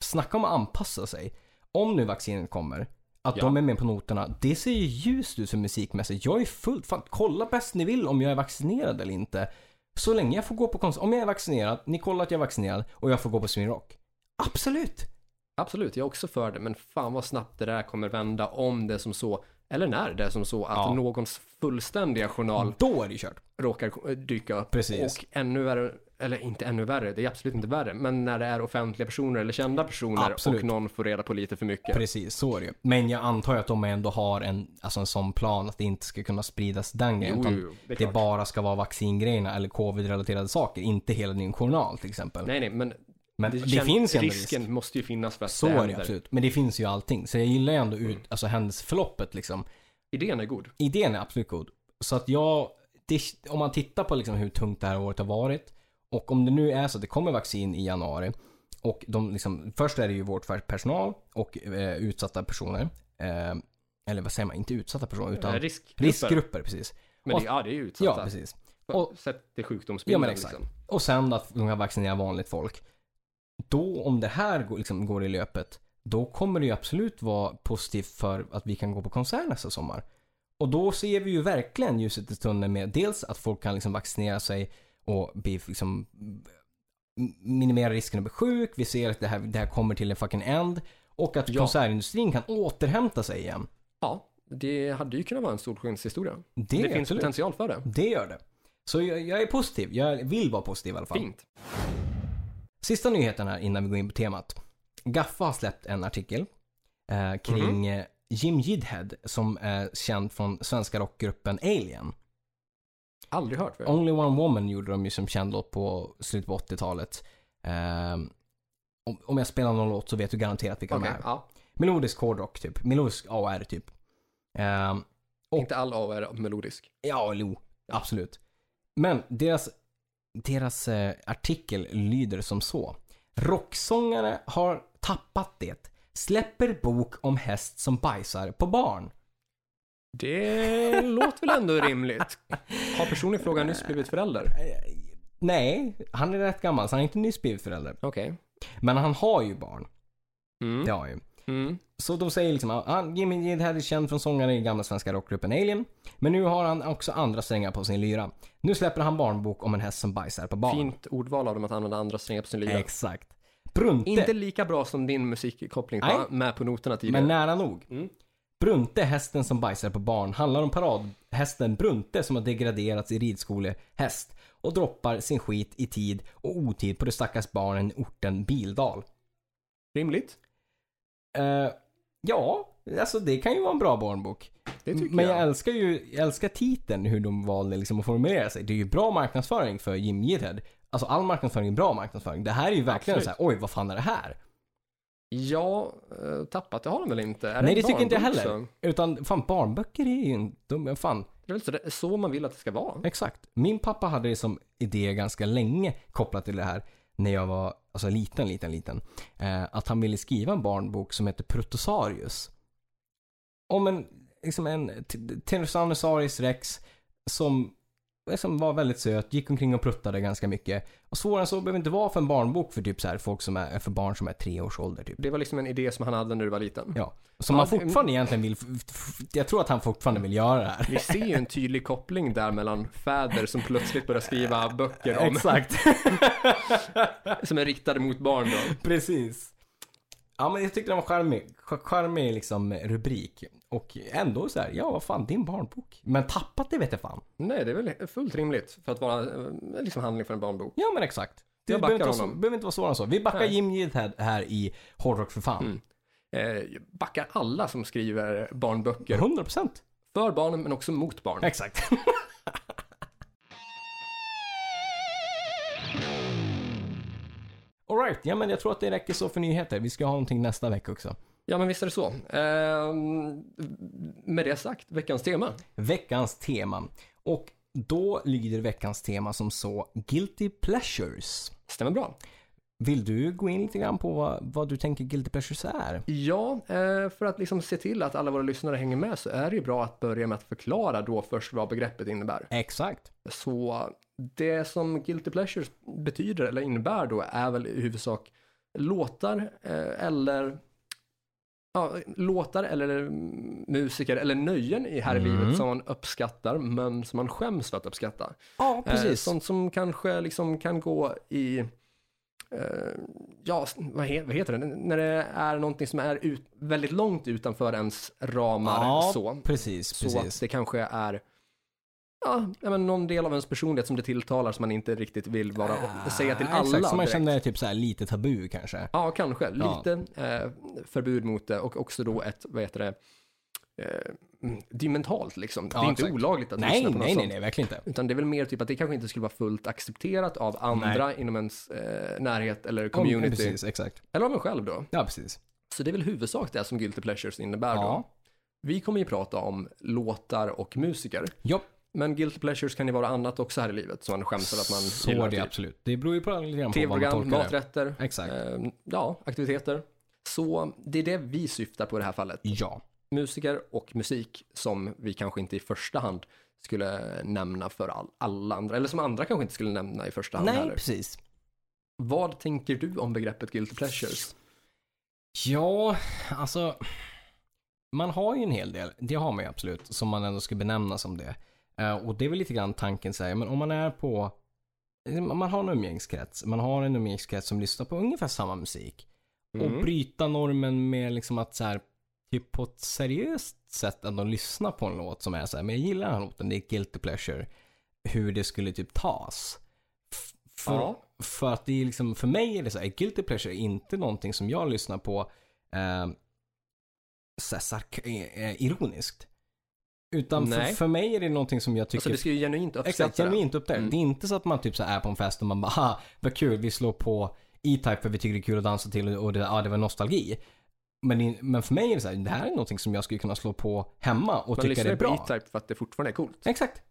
S2: snacka om att anpassa sig. Om nu vaccinet kommer, att
S1: Ja.
S2: de är med på noterna. Det ser ju ljust ut som musikmässigt. Jag är fullt, fan kolla bäst ni vill om jag är vaccinerad eller inte. Så länge jag får gå på konsert, om jag är vaccinerad, ni kollar att jag är vaccinerad och jag får gå på Sweden Rock. Absolut!
S1: Absolut, jag är också för det, men fan vad snabbt det där kommer vända om det som så Eller när det är som så att
S2: Ja.
S1: någons fullständiga journal
S2: Då är det kört.
S1: råkar eh, dyka upp.
S2: Precis.
S1: Och ännu värre, eller inte ännu värre, det är absolut inte värre, men när det är offentliga personer eller kända personer
S2: Absolut.
S1: och någon får reda på lite för mycket.
S2: Precis, så är det ju. Men jag antar ju att de ändå har en, alltså en sån plan att det inte ska kunna spridas den grejen.
S1: Jo,
S2: utan
S1: jo, jo, det är
S2: det
S1: klart.
S2: bara ska vara vaccingrejerna eller covid-relaterade saker. Inte hela din journal till exempel.
S1: Nej, nej, men
S2: Men det,
S1: känns-
S2: finns ju ändå
S1: Risken
S2: risk.
S1: måste ju finnas för att
S2: Så
S1: det
S2: är det
S1: händer.
S2: absolut. Men det finns ju allting. Så jag gillar ju ändå
S1: Mm.
S2: ut, alltså händelseförloppet liksom.
S1: Idén är god.
S2: idén är absolut god. Så att jag, det, om man tittar på liksom hur tungt det här året har varit och om det nu är så att det kommer vaccin i januari och de liksom, först är det ju vårt personal och eh, utsatta personer. Eh, eller vad säger man, inte utsatta personer utan
S1: Eh, Riskgrupper.
S2: riskgrupper precis.
S1: Men det, ja, det är ju
S2: Ja,
S1: utsatta.
S2: precis.
S1: Ja,
S2: och-
S1: Sätt till
S2: Ja
S1: sjukdomsbilden.
S2: men exakt.
S1: Liksom.
S2: Och sen att de kan vaccinera vanligt folk. Då om det här går, liksom, går i löpet, då kommer det ju absolut vara positivt för att vi kan gå på konsert nästa sommar. Och då ser vi ju verkligen ljuset i tunneln med dels att folk kan liksom vaccinera sig och bli liksom m- minimera risken att bli sjuk. Vi ser att det här, det här kommer till en fucking end. Och att
S1: Ja.
S2: konsertindustrin kan återhämta sig igen.
S1: Ja, det hade ju kunnat vara en solskenshistoria.
S2: Det,
S1: Det,
S2: är
S1: finns
S2: absolut.
S1: potential för det.
S2: Det gör det. Så jag, jag är positiv. Jag vill vara positiv i alla fall.
S1: Fint.
S2: Sista nyheten här innan vi går in på temat. Gaffa har släppt en artikel eh, kring eh, Jim Jidhead som är känd från svenska rockgruppen Alien.
S1: Aldrig hört förut.
S2: Only One Woman gjorde de ju som känd låt på slutet på 80-talet. Eh, om, om jag spelar någon låt så vet du garanterat vilka
S1: Okej,
S2: de är.
S1: ja.
S2: Melodisk hårdrock typ. Melodisk AR typ. Eh, Och-
S1: Inte all AO är melodisk.
S2: Ja, jo. Absolut. Men deras, deras eh, artikel lyder som så. Rocksångare har tappat det. Släpper bok om häst som bajsar på barn.
S1: Det låter väl ändå rimligt. Har personen i fråga nyss blivit förälder?
S2: Eh, Nej, han är rätt gammal så han är inte nyss blivit förälder.
S1: Okej.
S2: Men han har ju barn.
S1: Mm.
S2: Det har han ju.
S1: Mm.
S2: Så de säger liksom att ah, Jimmy Jihad är känd från sångaren i gamla svenska rockgruppen Alien. Men nu har han också andra strängar på sin lyra. Nu släpper han barnbok om en häst som bajsar på barn.
S1: Fint ordval av dem att använda andra strängar på sin lyra.
S2: Exakt. Brunte.
S1: Inte lika bra som din musikkoppling
S2: Nej.
S1: var med på noterna tidigare.
S2: Men nära nog.
S1: Mm.
S2: Brunte, hästen som bajsar på barn, handlar om paradhästen Brunte som har degraderats i ridskolehäst och droppar sin skit i tid och otid på det stackars barnen i orten Bildal.
S1: Rimligt.
S2: Eh, ja, alltså det kan ju vara en bra barnbok.
S1: Det tycker
S2: Men jag
S1: jag.
S2: älskar ju jag älskar titeln hur de valde liksom att formulera sig. Det är ju bra marknadsföring för Jim Jidhead. Alltså all marknadsföring är bra marknadsföring. Det här är ju verkligen så
S1: Absolut.
S2: här, oj vad fan är det här?
S1: Ja, eh, tappat det har de väl inte? Är
S2: Nej det
S1: en
S2: tycker inte jag
S1: barnbok
S2: heller.
S1: så?
S2: Utan fan barnböcker är ju en, de, fan
S1: Det är väl så, det, så man vill att det ska vara.
S2: Exakt. Min pappa hade det som idé ganska länge kopplat till det här när jag var alltså, liten, liten, liten. Eh, att han ville skriva en barnbok som heter Protosaurus. Om en, liksom en t- Tyrannosaurus rex som liksom var väldigt söt, gick omkring och pruttade ganska mycket. Och svårare än så behöver det inte vara för en barnbok för typ så här folk som är, för barn som är tre års ålder typ.
S1: Det var liksom en idé som han hade när du var liten.
S2: Ja. Som
S1: Ja,
S2: han
S1: det-
S2: fortfarande egentligen vill, f- f- jag tror att han fortfarande vill göra det här.
S1: Vi ser ju en tydlig koppling där mellan fäder som plötsligt börjar skriva böcker om,
S2: Exakt.
S1: som är riktade mot barn då.
S2: Precis. Ja men jag tyckte den var charmig. Ch- Charmig liksom rubrik. Och ändå så här, ja vad fan, det är en barnbok. Men tappat det vet jag fan.
S1: Nej, det är väl fullt rimligt för att vara eh, liksom handling för en barnbok.
S2: Ja men exakt. Det
S1: Jag
S2: behöver inte,
S1: backar
S2: vara så,
S1: honom.
S2: behöver inte vara svårare än så. Vi backar
S1: Nej.
S2: Jim Jidhead här i Hårdrock för fan.
S1: Mm. Eh, backar alla som skriver barnböcker.
S2: 100%.
S1: För barnen men också mot barn.
S2: Exakt. Alright, ja men jag tror att det räcker så för nyheter. Vi ska ha någonting nästa vecka också.
S1: Ja, men visst är det så. Eh, med det sagt, veckans tema.
S2: veckans tema. Och då lyder veckans tema som så Guilty Pleasures.
S1: Stämmer bra.
S2: Vill du gå in lite grann på vad, vad du tänker Guilty Pleasures är?
S1: Ja, eh, för att liksom se till att alla våra lyssnare hänger med så är det ju bra att börja med att förklara då först vad begreppet innebär.
S2: Exakt.
S1: Så det som guilty pleasures betyder eller innebär då är väl i huvudsak låtar eh, eller ja, låtar eller mm, musiker eller nöjen i här i livet som man uppskattar men som man skäms för att uppskatta.
S2: Ja,
S1: Eh,
S2: precis.
S1: Sånt som kanske liksom kan gå i eh, ja, vad, he, vad heter det, när det är någonting som är ut, väldigt långt utanför ens ramar
S2: Ja,
S1: så.
S2: Precis,
S1: Så att
S2: precis.
S1: det kanske är ja, ja, men någon del av ens personlighet som det tilltalar som man inte riktigt vill vara, säga till
S2: Ah,
S1: alla.
S2: Exakt, som man
S1: direkt.
S2: känner är typ så här lite tabu kanske.
S1: Ja, kanske.
S2: Ja.
S1: Lite eh, förbud mot det och också då ett, vad heter det, eh, mm, det är mentalt liksom. det
S2: Ja,
S1: är inte
S2: exakt.
S1: olagligt att
S2: Nej,
S1: lyssna på något
S2: nej, nej,
S1: sånt.
S2: nej, verkligen inte.
S1: Utan det är väl mer typ att det kanske inte skulle vara fullt accepterat av andra inom ens eh, närhet eller
S2: Ja,
S1: community.
S2: Precis, exakt.
S1: eller av en själv då.
S2: Ja, precis.
S1: Så det är väl huvudsak det som Guilty Pleasures innebär då.
S2: Ja.
S1: Vi kommer ju prata om låtar och musiker.
S2: ja,
S1: Men Guilty Pleasures kan ju vara annat också här i livet som man skäms över att man
S2: så
S1: gillar.
S2: är det
S1: Typ
S2: absolut. Det beror ju på lite grann på vad man
S1: TV-program,
S2: tolkar det.
S1: maträtter,
S2: Exakt.
S1: eh, ja, aktiviteter. Så det är det vi syftar på i det här fallet.
S2: Ja.
S1: musiker och musik som vi kanske inte i första hand skulle nämna för all, alla andra, eller som andra kanske inte skulle nämna i första hand
S2: Nej,
S1: heller.
S2: precis.
S1: Vad tänker du om begreppet guilty pleasures?
S2: Ja, alltså. Man har ju en hel del, det har man ju absolut, som man ändå ska benämna som det. Eh, Och det är väl lite grann tanken så här, men om man är på, man har en umgängeskrets, man har en umgängeskrets som lyssnar på ungefär samma musik. Och bryta normen med liksom att så här, typ på ett seriöst sätt att de lyssnar på en låt som är så här, men jag gillar den här låten, det är guilty pleasure. Hur det skulle typ tas. F- För,
S1: Ja.
S2: för att det är liksom, för mig är det så här, guilty pleasure är inte någonting som jag lyssnar på eh, så här, sark- eh, eh, ironiskt. Utan för,
S1: Nej.
S2: för mig är det någonting som jag
S1: Alltså
S2: tycker
S1: det ska ju genuint
S2: Exakt,
S1: uppskatta det.
S2: genuint upp där.
S1: Mm.
S2: Det är inte så att man typ så här är på en fest och man bara "Haha, vad kul, vi slår på E-Type för vi tycker det är kul att dansa till och det, ja, det var nostalgi. Men, i- men för mig är det så här, det här är någonting som jag skulle kunna slå på hemma och
S1: Man
S2: tycka det
S1: lyssnar
S2: är
S1: ju på
S2: bra.
S1: E-Type för att det fortfarande är coolt.
S2: Exakt.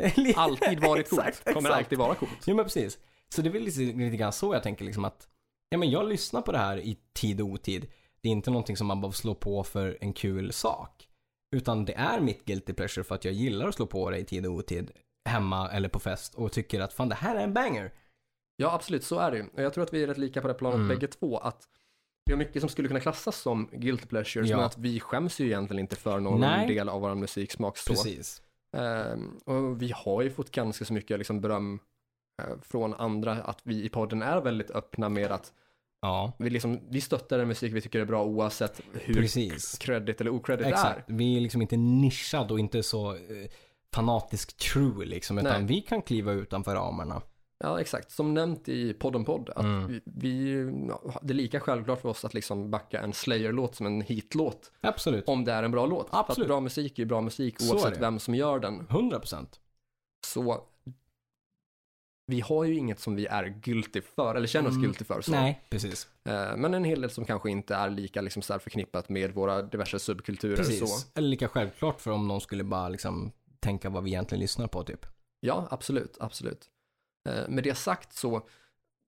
S1: Alltid varit coolt,
S2: Exakt,
S1: kommer
S2: exakt.
S1: alltid vara coolt.
S2: Ja men precis. Så det är väl lite, lite grann så jag tänker liksom att ja, men jag lyssnar på det här i tid och otid. Det är inte någonting som man bara slår på för en kul sak. Utan det är mitt guilty pleasure för att jag gillar att slå på det i tid och otid. Hemma eller på fest och tycker att fan det här är en banger.
S1: Ja, absolut, så är det ju. Och jag tror att vi är rätt lika på det här
S2: Mm.
S1: planet bägge två, att vi har mycket som skulle kunna klassas som guilty pleasures,
S2: Ja.
S1: men att vi skäms ju egentligen inte för någon
S2: Nej.
S1: del av vår musiksmak så.
S2: Precis.
S1: Ehm, och vi har ju fått ganska så mycket liksom beröm eh, från andra att vi i podden är väldigt öppna med att
S2: Ja.
S1: vi, liksom, vi stöttar den musik vi tycker är bra oavsett hur
S2: Precis.
S1: credit eller okredit är.
S2: Exakt. Vi är liksom inte nischad och inte så eh, fanatisk true liksom. Utan
S1: Nej.
S2: vi kan kliva utanför ramarna.
S1: Ja, exakt. Som nämnt i podden podd, att
S2: Mm.
S1: vi, vi, ja, det är lika självklart för oss att liksom backa en Slayer-låt som en hitlåt
S2: Absolut.
S1: om det är en bra låt. För
S2: Absolut.
S1: att bra musik är bra musik
S2: Så är
S1: oavsett
S2: det.
S1: vem som gör den.
S2: 100%.
S1: Så vi har ju inget som vi är guilty för, eller känner oss
S2: Mm.
S1: guilty för. Så.
S2: Nej. Precis.
S1: Eh, Men en hel del som kanske inte är lika liksom, så här förknippat med våra diverse subkulturer. typ Så.
S2: Precis. Eller lika självklart för om någon skulle bara liksom tänka vad vi egentligen lyssnar på typ.
S1: Ja, absolut, absolut. Eh, Med det sagt så,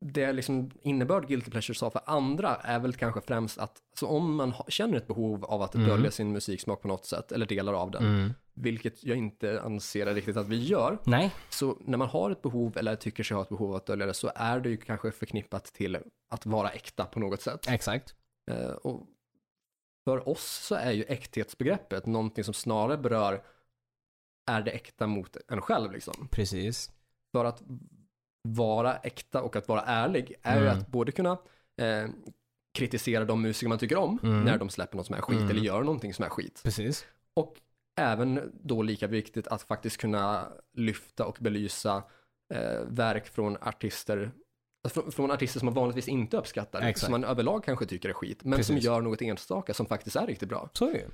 S1: det liksom innebörd Guilty Pleasure sa för andra är väl kanske främst att, så om man ha- känner ett behov av att
S2: Mm.
S1: dölja sin musiksmak på något sätt, eller delar av den, vilket jag inte anser riktigt att vi gör,
S2: Nej.
S1: så när man har ett behov eller tycker sig ha ett behov av att dölja det så är det ju kanske förknippat till att vara äkta på något sätt.
S2: Exakt.
S1: Eh, och för oss så är ju äkthetsbegreppet någonting som snarare berör är det äkta mot en själv liksom.
S2: Precis.
S1: För att vara äkta och att vara ärlig är ju
S2: Mm.
S1: att både kunna eh, kritisera de musiker man tycker om
S2: Mm.
S1: när de släpper något som är skit
S2: Mm.
S1: eller gör någonting som är skit.
S2: Precis.
S1: Och även då lika viktigt att faktiskt kunna lyfta och belysa eh, verk från artister från, från artister som man vanligtvis inte uppskattar,
S2: Exakt.
S1: som man överlag kanske tycker är skit, men som
S2: Precis.
S1: gör något enstaka som faktiskt är riktigt bra.
S2: Så är det ju.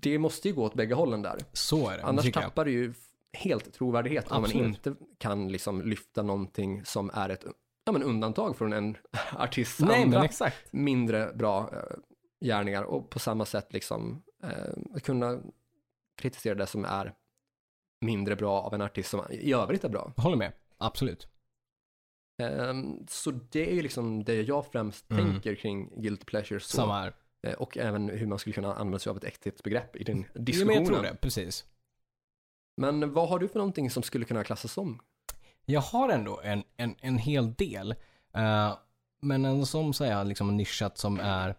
S1: Det måste ju gå åt bägge hållen där.
S2: Så är det.
S1: Annars
S2: tycker jag.
S1: tappar det ju f- helt trovärdighet om man
S2: Absolut.
S1: inte kan liksom lyfta någonting som är ett ja, men undantag från en artists
S2: Nej men
S1: andra
S2: exakt.
S1: mindre bra eh, gärningar och på samma sätt liksom eh, kunna kritisera det som är mindre bra av en artist som i övrigt är bra.
S2: Jag Håller med. Absolut.
S1: Eh, så det är ju liksom det jag främst
S2: Mm.
S1: tänker kring guilty pleasures så,
S2: Samma här.
S1: eh, och även hur man skulle kunna använda sig av ett äkthetsbegrepp i den
S2: Jo, men
S1: diskussionen.
S2: jag tror det. Precis.
S1: Men vad har du för någonting som skulle kunna klassas som?
S2: Jag har ändå en, en, en hel del. Eh, men en som så är liksom nischat som är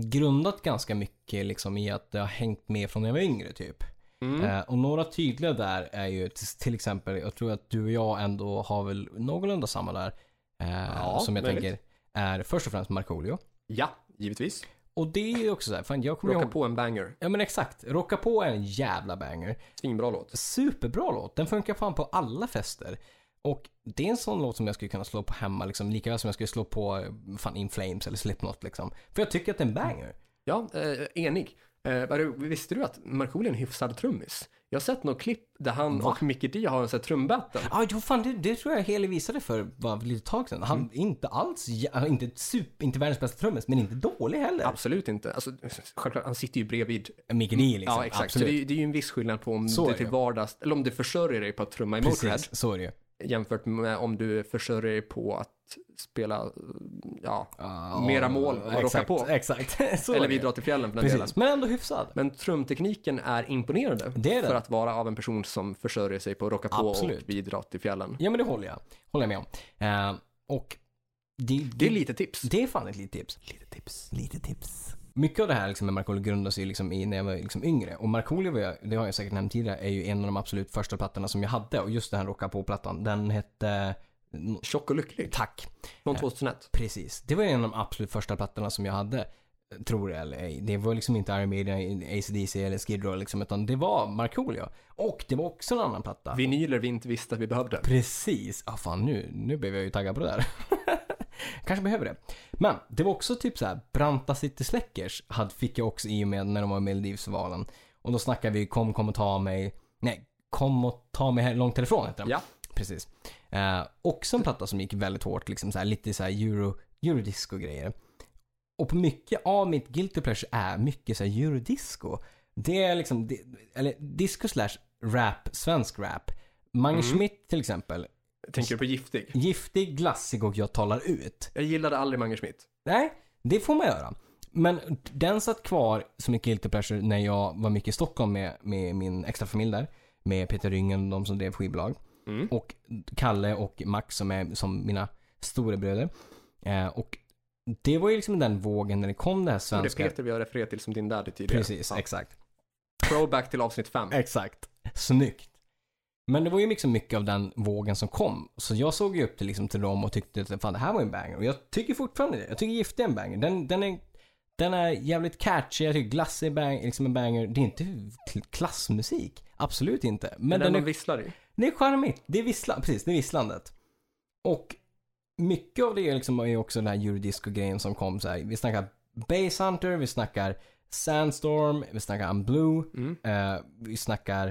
S2: grundat ganska mycket liksom i att det har hängt med från när jag var yngre typ.
S1: Mm.
S2: Eh, och några tydliga där är ju till, till exempel, jag tror att du och jag ändå har väl någorlunda samma där. eh,
S1: Ja,
S2: som jag
S1: möjligt.
S2: tänker. är först och främst Markoolio.
S1: Ja, givetvis.
S2: Och det är ju också så här, fan jag kommer
S1: Rocka
S2: ihåg.
S1: på en banger.
S2: Ja men exakt. Rocka på är en jävla banger.
S1: Svinbra låt.
S2: Superbra låt. Den funkar fan på alla fester. Och det är en sån låt som jag skulle kunna slå på hemma liksom. Likaväl som jag skulle slå på eh, fan In Flames eller Slipknot liksom. För jag tycker att det är en banger.
S1: Ja, eh, enig. Eh, vad du- visste du att Markoolio är en hyfsad trummis? Jag har sett något klipp där han och Mickey D har en sån här trumbattle.
S2: Ja, jo fan det, det tror jag Heli visade för bara ett litet tag sedan. Han
S1: Mm.
S2: är inte alls, jä- han är inte, super, inte världens bästa trummis men inte dålig heller.
S1: Absolut inte. Alltså, självklart, han sitter ju bredvid.
S2: Micke D liksom.
S1: Ja, exakt. Så
S2: Absolut.
S1: det, är- det är ju en viss skillnad på om
S2: Så är
S1: du
S2: det
S1: till
S2: ju.
S1: vardags, eller om du försörjer dig på att trumma i Motörhead
S2: Precis, så är det ju.
S1: jämfört med om du försörjer dig på att spela, ja,
S2: Ja,
S1: mera mål och
S2: exakt,
S1: rocka på.
S2: Exakt, så är
S1: eller
S2: det
S1: vi
S2: ju.
S1: drar till fjällen för den delen.
S2: Precis, men ändå hyfsad.
S1: Men trumtekniken är imponerande
S2: Det är den.
S1: för att vara av en person som försörjer sig på att rocka på
S2: Absolut.
S1: och bidra till fjällen.
S2: Ja men det håller jag, håller jag med om. Eh, och det, det,
S1: Det är lite tips.
S2: det är fan ett litet tips. Lite tips. Lite tips. Mycket av det här liksom med Markoolio grundar sig liksom i när jag var liksom yngre. Och Markoolio, var jag- det har jag säkert nämnt tidigare, är ju en av de absolut första plattorna som jag hade. Och just den här Rocka på-plattan, den hette...
S1: Tjock och lycklig
S2: Tack.
S1: från 2001.
S2: Precis. Det var en av de absolut första plattorna som jag hade. Tror det eller ej. Det var liksom inte Iron Maiden, ACDC eller Skid Row liksom, utan det var Markoolio. Och det var också en annan platta.
S1: Vinyler vi inte visste att vi behövde.
S2: Precis. Ah, fan, nu, nu blev jag ju taggad på det där. Kanske behöver det. Men det var också typ så här, Branta City Släckers hade, fick jag också i och med när de var i Melodifestivalen. Och då snackade vi kom, kom och ta mig. Nej, kom och ta mig här, långt härifrån heter den.
S1: Ja.
S2: Precis. Eh, också en platta som gick väldigt hårt, liksom så här, lite så här euro, eurodisco-grejer. Och på mycket av mitt guilty pleasure är mycket så här eurodisco. Det är liksom, det, eller disco slash rap, svensk rap. Mange Schmidt till exempel.
S1: Tänker du på giftig?
S2: Giftig, glassig och jag talar ut.
S1: Jag gillade aldrig Mange Schmidt.
S2: Nej, det får man göra. Men den satt kvar som ett guilty pleasure när jag var mycket i Stockholm med, med min extra familj där. Med Peter Ryngen, de som drev skivbolag.
S1: Mm.
S2: Och Kalle och Max som är som mina storebröder. Eh, och det var ju liksom den vågen när det kom det här
S1: Och det är
S2: svenska.
S1: Peter vi har refererat till som din daddy tidigare.
S2: Precis,
S1: Ja.
S2: exakt. Eh,
S1: Throwback till avsnitt 5.
S2: Exakt. Snyggt. Men det var ju liksom mycket av den vågen som kom. Så jag såg ju upp till, liksom, till dem och tyckte att fan, det här var en banger. Och jag tycker fortfarande det. Jag tycker Gift är en banger. Den, den, är, den är jävligt catchy. Jag tycker Glass är bang, liksom en banger. Det är inte kl- klassmusik. Absolut inte. Men,
S1: Men den
S2: den
S1: man
S2: är,
S1: visslar i.
S2: det är charmigt. Det är vissla, precis, det är visslandet. Och mycket av det är liksom är också den här eurodisco-grejen som kom så här. Vi snackar Bass Hunter, vi snackar Sandstorm, vi snackar I'm Blue.
S1: Mm.
S2: Eh, vi snackar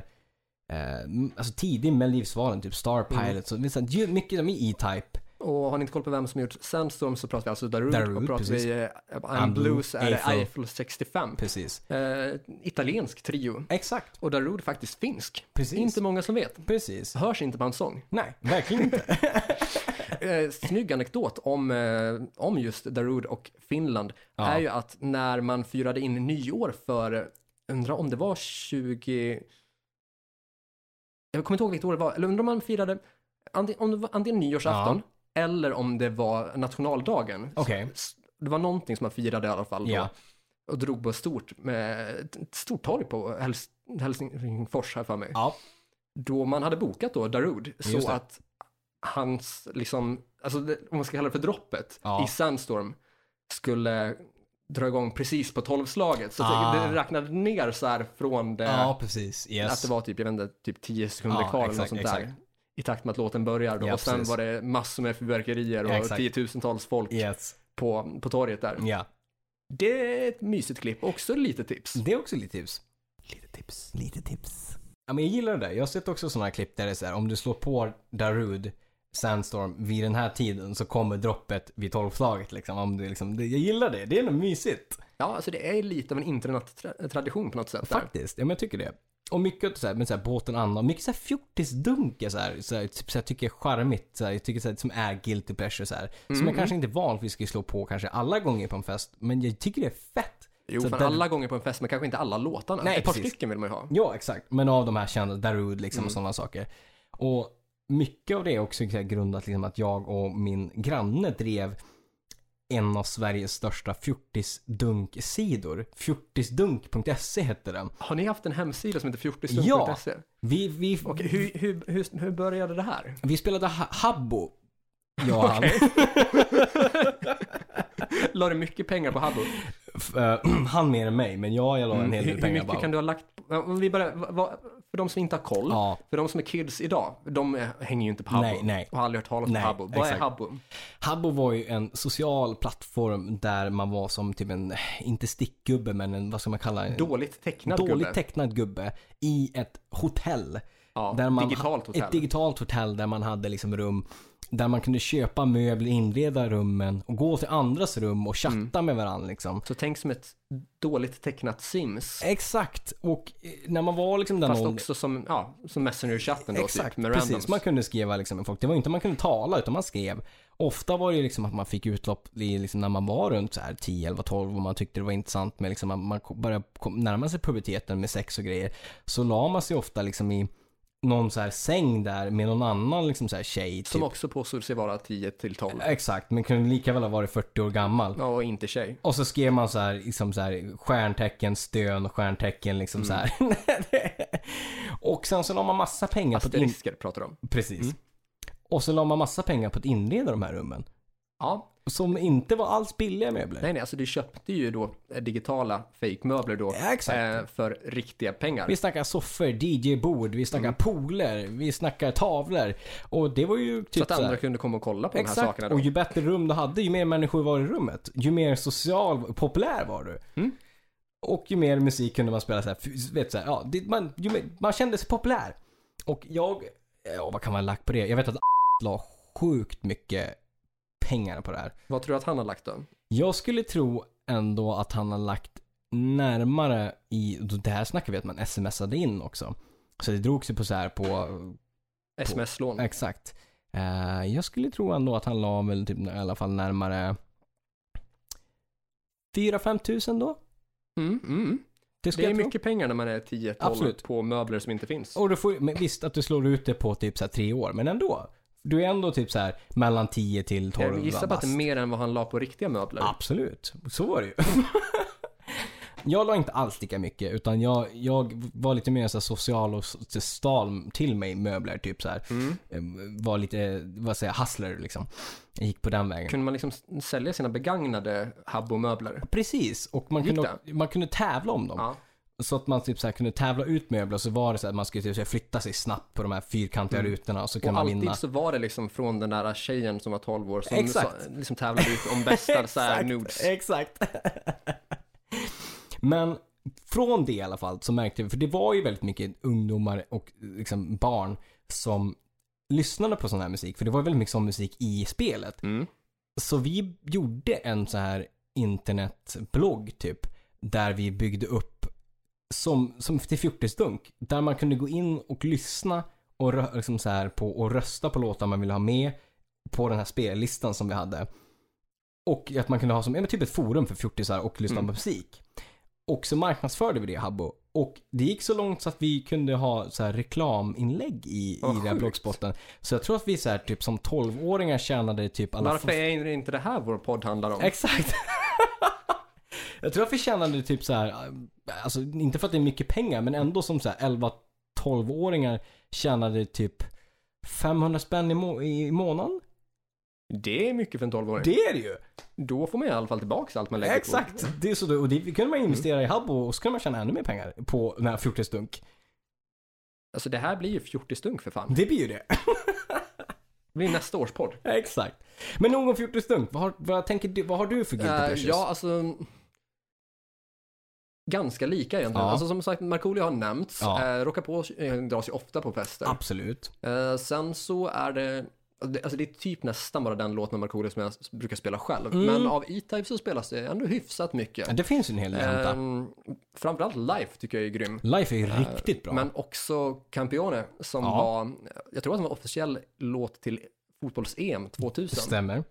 S2: eh, m- alltså tidig Melodifestivalen, typ Star
S1: Mm.
S2: Pilot. Så vi snackar, ju- mycket som i E-Type.
S1: Och har ni inte koll på vem som har gjort Sandstorm så pratar vi alltså Darude
S2: Darude,
S1: och pratar
S2: precis.
S1: vi eh, I'm Blues är det
S2: Eiffel.
S1: Eiffel 65.
S2: Precis.
S1: Eh, italiensk trio.
S2: Exakt.
S1: Och Darude är faktiskt finsk.
S2: Precis.
S1: Inte många som vet.
S2: Precis.
S1: Hörs inte på hans sång.
S2: Nej, verkligen inte.
S1: Eh, snygg anekdot om, eh, om just Darude och Finland
S2: Ja.
S1: är ju att när man firade in nyår för, eh, undrar om det var 20, jag kommer inte ihåg vilket år det var, eller undrar om man firade ante- om det var antingen nyårsafton eller om det var nationaldagen.
S2: Okej.
S1: S- Det var någonting som man firade i alla fall då.
S2: Ja.
S1: Och drog på stort, med, ett stort torg på Häls- Helsingfors här för mig
S2: Ja.
S1: då man hade bokat då Darude
S2: Just
S1: så
S2: det.
S1: att hans, liksom, alltså det, om man ska kalla det för droppet
S2: Ja.
S1: i Sandstorm skulle dra igång precis på tolvslaget. Så
S2: Ah.
S1: det, det räknade ner så här från det,
S2: Ja, precis.
S1: Eh. att
S2: Yes.
S1: det var typ, jag vet inte, typ 10 sekunder
S2: Ja,
S1: kvar eller något
S2: exakt,
S1: sånt där.
S2: exakt.
S1: I takt med att låten börjar då.
S2: Ja,
S1: och sen
S2: precis.
S1: var det massor med fyrverkerier och
S2: Ja, exakt.
S1: tiotusentals folk
S2: Yes.
S1: på, på torget där.
S2: Ja.
S1: Det är ett mysigt klipp, också lite tips.
S2: Det är också lite tips. Lite tips. Lite tips. Ja, men jag gillar det där. Jag har sett också sådana här klipp där det är så här, om du slår på Darude Sandstorm vid den här tiden så kommer droppet vid tolvslaget liksom. Om du liksom det, jag gillar det. Det är nog mysigt.
S1: Ja, alltså det är lite av en internettradition på något sätt. Där.
S2: Faktiskt. Ja, men jag tycker det. Och mycket så här, men så här, båten andan, mycket så här fjortisdunke så här, så här, typ, så här tycker jag är charmigt, så här, jag tycker så här, som är guilty pleasure så här. Som jag kanske inte vanligtvis skulle slå på kanske alla gånger på en fest, men jag tycker det är fett.
S1: Jo,
S2: så
S1: fan,
S2: där-
S1: alla gånger på en fest, men kanske inte alla låtarna.
S2: Nej,
S1: Ett par
S2: precis.
S1: stycken vill man ju ha.
S2: Ja, exakt. Men av de här kända, Darude liksom
S1: Mm.
S2: och sådana saker. Och mycket av det är också så här grundat liksom att jag och min granne drev en av Sveriges största fjortisdunksidor. Fjortisdunk.se hette den.
S1: Har ni haft en hemsida som heter
S2: Ja!
S1: fjortisdunk.se?
S2: Vi, vi,
S1: Okej, hur, hur, hur, hur började det här?
S2: vi spelade ha- Habbo. Jag och han.
S1: la du mycket pengar på Habbo?
S2: F- eh, han mer än mig, men ja, jag la en
S1: Mm.
S2: hel
S1: Hur,
S2: del
S1: hur
S2: pengar
S1: mycket
S2: bara.
S1: kan du ha lagt? Ja, om Vi börjar, va- va- för de som inte har koll,
S2: Ja,
S1: för de som är kids idag, de eh, hänger ju inte på Habbo.
S2: Nej, nej.
S1: Och har aldrig hört talas om
S2: Nej,
S1: Habbo. Vad är
S2: exakt.
S1: Habbo?
S2: Habbo var ju en social plattform där man var som typ en, inte stickgubbe, men en, vad ska man kalla en
S1: Dåligt tecknad
S2: dåligt
S1: gubbe.
S2: tecknad gubbe i ett hotell.
S1: Ja,
S2: där man
S1: digitalt hotell.
S2: Ett digitalt hotell där man hade liksom rum där man kunde köpa möbler, inreda rummen och gå till andras rum och
S1: Mm.
S2: chatta med varandra. Liksom.
S1: Så tänk som ett dåligt tecknat Sims.
S2: Exakt, och eh, när man var liksom den
S1: Fast
S2: åldern.
S1: också som, ja, som Messenger-chatten då,
S2: Exakt,
S1: typ, med randoms.
S2: precis. Man kunde skriva liksom med folk. Det var inte man kunde tala utan man skrev. Ofta var det ju liksom att man fick utlopp i liksom när man var runt så här 10, 11, 12 och man tyckte det var intressant med liksom att man ko- började kom- närma sig puberteten med sex och grejer. Så la man sig ofta liksom i någon så här säng där med någon annan liksom så här tjej.
S1: Som
S2: typ.
S1: också påstod sig vara 10 till 12.
S2: Exakt, men kunde lika väl ha varit 40 år gammal.
S1: Ja, och inte tjej.
S2: Och så skrev man så här, liksom så här stjärntecken, stön, stjärntecken liksom så här.
S1: Mm.
S2: och sen så la man massa pengar på ett in-
S1: Asterisker pratar de om.
S2: Precis. Och så la man massa pengar på att inreda de här rummen.
S1: Ja,
S2: Som inte var alls billiga möbler.
S1: nej nej, alltså du köpte ju då eh, digitala fake-möbler då.
S2: Ja, exakt.
S1: eh, för riktiga pengar.
S2: Vi snackar soffor, DJ-bord, vi
S1: Mm.
S2: snackar pooler, vi snackar tavlor. Och det var ju typ
S1: så att
S2: så här-
S1: andra kunde komma och kolla på de här
S2: Exakt.
S1: sakerna
S2: Och
S1: då.
S2: ju bättre rum du hade, ju mer människor var i rummet. Ju mer social, populär var du.
S1: Mm.
S2: Och ju mer musik kunde man spela så här, f- vet så här, ja, det, man, ju, mer- man kände sig populär. Och jag, ja vad kan man ha lagt på det? Jag vet att la sjukt mycket pengar på det här.
S1: Vad tror du att han har lagt då?
S2: Jag skulle tro ändå att han har lagt närmare i, det här snackar vi att man smsade in också. Så det drog sig på så här på,
S1: Sms-lån?
S2: exakt. Eh, jag skulle tro ändå att han la väl typ i alla fall närmare 4-5 tusen då.
S1: Mm, mm.
S2: Det, skulle
S1: Det är
S2: jag tro.
S1: mycket pengar när man är 10-12
S2: Absolut.
S1: på möbler som inte finns.
S2: Och du får, men visst att du slår ut det på typ så här tre år, men ändå. Du är ändå typ så här mellan 10 till 12
S1: Jag gissar på att det är
S2: bast.
S1: mer än vad han la på riktiga möbler.
S2: Absolut, så var det ju. jag la inte alls lika mycket utan jag, jag var lite mer så här social och s- stal till mig möbler typ så här.
S1: Mm.
S2: Ehm, Var lite, vad säger jag, hustler liksom. Jag gick på den vägen.
S1: Kunde man liksom s- sälja sina begagnade Habbo-möbler?
S2: Precis, och man
S1: Gick
S2: kunde, ock- man kunde tävla om dem.
S1: Ja.
S2: Så att man typ så här kunde tävla ut möbler och så var det så att man skulle typ så här flytta sig snabbt på de här fyrkantiga rutorna och så kunde
S1: Mm. Och
S2: man
S1: alltid
S2: vinna.
S1: så var det liksom från den där tjejen som var 12 år som sa,
S2: Exakt.
S1: liksom tävlade ut om bästa så här nudes.
S2: Exakt. Men från det i alla fall så märkte vi, för det var ju väldigt mycket ungdomar och liksom barn som lyssnade på sån här musik. För det var väldigt mycket sån musik i spelet.
S1: Mm.
S2: Så vi gjorde en så här internetblogg typ. Där vi byggde upp som, som till fjortisdunk. Där man kunde gå in och lyssna och, rö- liksom så här på, och rösta på låtar man ville ha med på den här spellistan som vi hade. Och att man kunde ha som ja, men typ ett forum för fjortisar och lyssna
S1: Mm.
S2: på musik. Och så marknadsförde vi det i Habbo. Och det gick så långt så att vi kunde ha så här reklaminlägg i,
S1: Vad
S2: i den här
S1: sjukt.
S2: bloggspottet. Så jag tror att vi så här, typ som 12-åringar tjänade typ alla...
S1: Varför är inte det här vår podd handlar om?
S2: Exakt. jag tror att vi tjänade typ så här, alltså inte för att det är mycket pengar, men ändå som så här 11-12-åringar tjänade typ 500 spänn i, må- i månaden.
S1: Det är mycket för en 12-åring.
S2: Det är det ju.
S1: Då får man i alla fall tillbaka allt man lägger på.
S2: Exakt. Det är så, och det kunde man investera i Habbo och så kunde man tjäna ännu mer pengar på den här 40 stunk.
S1: Alltså det här blir ju 40 stunk för fan.
S2: Det blir ju det.
S1: Det blir nästa års podd.
S2: Exakt. Men någon 40 stunk, vad har, vad, tänker du, vad har du för guilty
S1: Eh,
S2: pleasures?
S1: ja, alltså. Ganska lika egentligen.
S2: Ja.
S1: Alltså som sagt, Markoolio har nämnts.
S2: Ja.
S1: Eh, råkar på, eh, dras ju ofta på fester.
S2: Absolut.
S1: Eh, sen så är det, alltså det är typ nästan bara den låt med Markoolio som jag s- brukar spela själv.
S2: Mm.
S1: Men av E-Type så spelas det ändå hyfsat mycket.
S2: Det finns ju en hel del att hämta.
S1: Ehm, framförallt Life tycker jag är grym.
S2: Life är ju riktigt bra.
S1: Men också Campione som
S2: Ja.
S1: var, jag tror att den var officiell låt till fotbolls-EM 2000.
S2: Stämmer.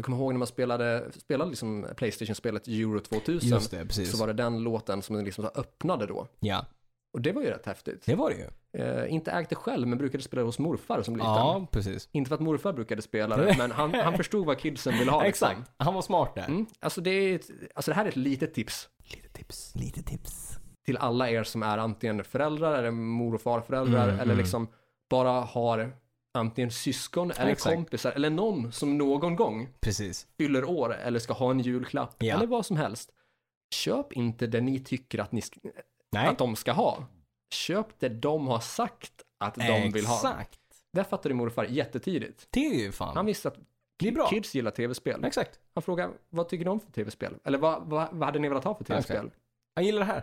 S1: Jag kommer ihåg när man spelade, spelade liksom Playstation-spelet Euro 2000.
S2: Just det, precis.
S1: Så var det den låten som den liksom så här öppnade då.
S2: Ja,
S1: Och det var ju rätt häftigt.
S2: det var det ju.
S1: Eh, inte ägt det själv, men brukade spela hos morfar som liten.
S2: Ja, precis.
S1: Inte för att morfar brukade spela det, men han, han förstod vad kidsen ville ha. liksom.
S2: Exakt. Han var smart där.
S1: Mm. Alltså, det är ett, alltså det här är ett litet tips
S2: Lite tips. Lite tips.
S1: till
S2: Mm,
S1: alla er som är antingen föräldrar eller mor och farföräldrar eller liksom bara har antingen syskon eller
S2: Exakt.
S1: kompisar eller någon som någon gång
S2: Precis.
S1: fyller år eller ska ha en julklapp
S2: Ja.
S1: eller vad som helst. Köp inte det ni tycker att, ni sk-
S2: Nej.
S1: att de ska ha. Köp det de har sagt att de vill ha.
S2: Exakt.
S1: Där fattade morfar jättetidigt.
S2: Det är ju fan.
S1: Han visste att
S2: Det är bra.
S1: kids gillar tv-spel.
S2: Exakt.
S1: Han frågade, vad tycker de om för tv-spel? Eller vad, vad, vad hade ni velat ha för tv-spel?
S2: Jag gillar det här.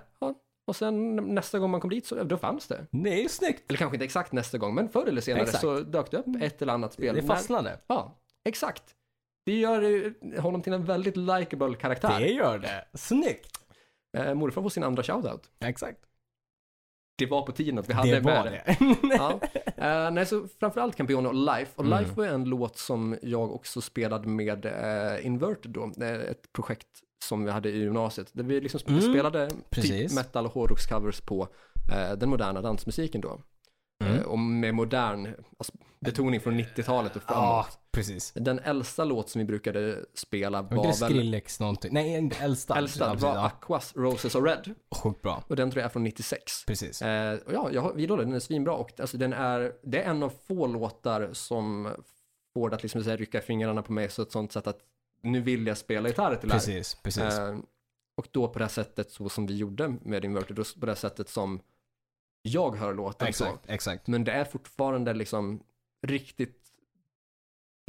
S1: Och sen nästa gång man kom dit så då fanns det.
S2: Det är ju snyggt.
S1: Eller kanske inte exakt nästa gång, men förr eller senare
S2: Exakt. Mm.
S1: så dök det upp ett eller annat spel.
S2: Det
S1: När-
S2: fastnade.
S1: Ja, exakt. Det gör eh, honom till en väldigt likable karaktär.
S2: Det gör det. Snyggt.
S1: Eh, morfar får sin andra shoutout.
S2: Exakt.
S1: Det var på tiden att vi hade
S2: det var
S1: med det.
S2: det.
S1: Ja. Eh, nej, så framförallt Campione och Life. Och
S2: Mm.
S1: Life var ju en låt som jag också spelade med eh, Inverted då. Det är ett projekt som vi hade i gymnasiet. Där vi liksom
S2: Mm,
S1: spelade typ
S2: precis.
S1: metal och hårdrockscovers på eh, den moderna dansmusiken då.
S2: Mm.
S1: Eh, och med modern alltså, betoning från 90-talet och
S2: Ja,
S1: framåt.
S2: precis.
S1: Den äldsta låt som vi brukade spela
S2: Var inte det
S1: var väl
S2: Skrillex någonting? Nej, inte äldsta.
S1: äldsta,
S2: Ja,
S1: det
S2: precis.
S1: var Aquas Roses och Red.
S2: Ja, sjukt bra.
S1: Och den tror jag är från 96.
S2: Precis.
S1: Eh, och ja, jag vidhåller, den är svinbra och alltså, den är, det är en av få låtar som får det att liksom, så här, rycka i fingrarna på mig så ett sånt sätt att nu vill jag spela gitarr till det här.
S2: Precis, precis.
S1: Eh, och då på det här sättet så som vi gjorde med Inverted, och på det här sättet som jag hör låten så.
S2: Exakt, exakt.
S1: Men det är fortfarande liksom riktigt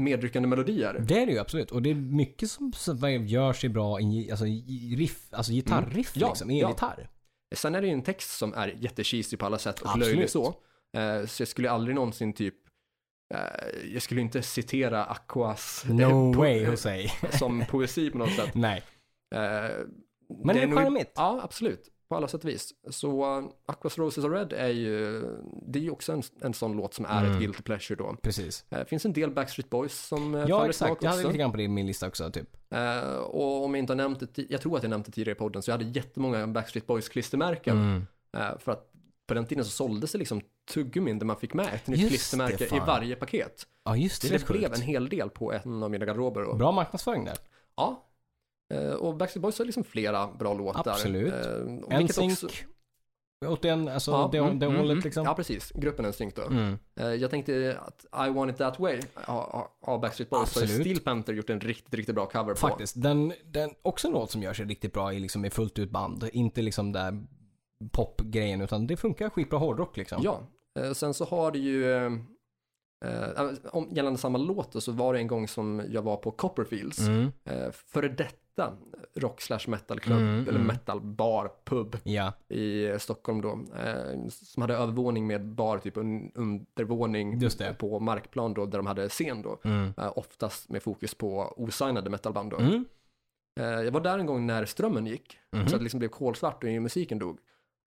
S1: medryckande melodier.
S2: Det är det ju absolut. Och det är mycket som, som gör sig bra i alltså, i riff, alltså gitarriff
S1: Mm. Ja,
S2: liksom, i
S1: ja.
S2: en gitarr.
S1: Sen är det ju en text som är jättecheesy på alla sätt och
S2: Absolut.
S1: löjlig så. Eh, så jag skulle aldrig någonsin typ, eh, jag skulle inte citera Aquas eh,
S2: No
S1: po-
S2: way
S1: eh,
S2: Jose.
S1: som poesi på något sätt.
S2: Nej.
S1: Eh,
S2: Men det är
S1: nog-
S2: charmigt.
S1: Ja, absolut. På alla sätt och vis. Så eh, Aquas Roses Are Red är ju, det är ju också en, en sån låt som är ett
S2: Mm.
S1: guilty pleasure då.
S2: Precis.
S1: Eh, Det finns en del Backstreet Boys som eh,
S2: Ja,
S1: faller
S2: exakt.
S1: smak
S2: Jag hade
S1: också.
S2: lite grann på det i min lista också, typ.
S1: Eh, och om jag inte har nämnt det, ti- jag tror att jag nämnt det tidigare i podden, så jag hade jättemånga Backstreet Boys klistermärken.
S2: Mm.
S1: Eh, För att på den tiden så såldes det liksom tuggummin där man fick med ett nytt
S2: Just
S1: klistermärke
S2: det,
S1: i
S2: fan.
S1: varje paket.
S2: Ja, just
S1: Så
S2: det.
S1: det,
S2: Det är
S1: blev
S2: sjukt.
S1: en hel del på en av mina garderober. Då.
S2: Bra marknadsföring där.
S1: Ja. Eh, Och Backstreet Boys har liksom flera bra låtar.
S2: Absolut.
S1: Eh, och vilket
S2: NSYNC.
S1: också-
S2: Åt den, alltså
S1: Ja,
S2: det,
S1: mm,
S2: det
S1: mm,
S2: hållet
S1: mm.
S2: liksom.
S1: Ja, precis. Gruppen NSYNC då.
S2: Mm.
S1: Eh, Jag tänkte att I want it that way har ha, ha Backstreet Boys och
S2: Absolut.
S1: Steel Panther gjort en riktigt, riktigt bra cover på.
S2: Faktiskt. Den, den, också en låt som gör sig riktigt bra i, liksom, i fullt ut band. Inte liksom där popgrejen, utan det funkar skitbra hårdrock liksom.
S1: Ja, eh, sen så har det ju, eh, eh, om, gällande samma låt då, så var det en gång som jag var på Copperfields,
S2: Mm.
S1: eh, före detta rock slash metalklubb,
S2: Mm,
S1: eller
S2: mm.
S1: metalbar, pub
S2: Ja.
S1: i eh, Stockholm då, eh, som hade övervåning med bar, typ un, undervåning
S2: Just det.
S1: på markplan då, där de hade scen då.
S2: Mm.
S1: Eh, Oftast med fokus på osignade metalband då.
S2: Mm.
S1: Eh, Jag var där en gång när strömmen gick,
S2: Mhm.
S1: så att det liksom blev kolsvart och musiken dog.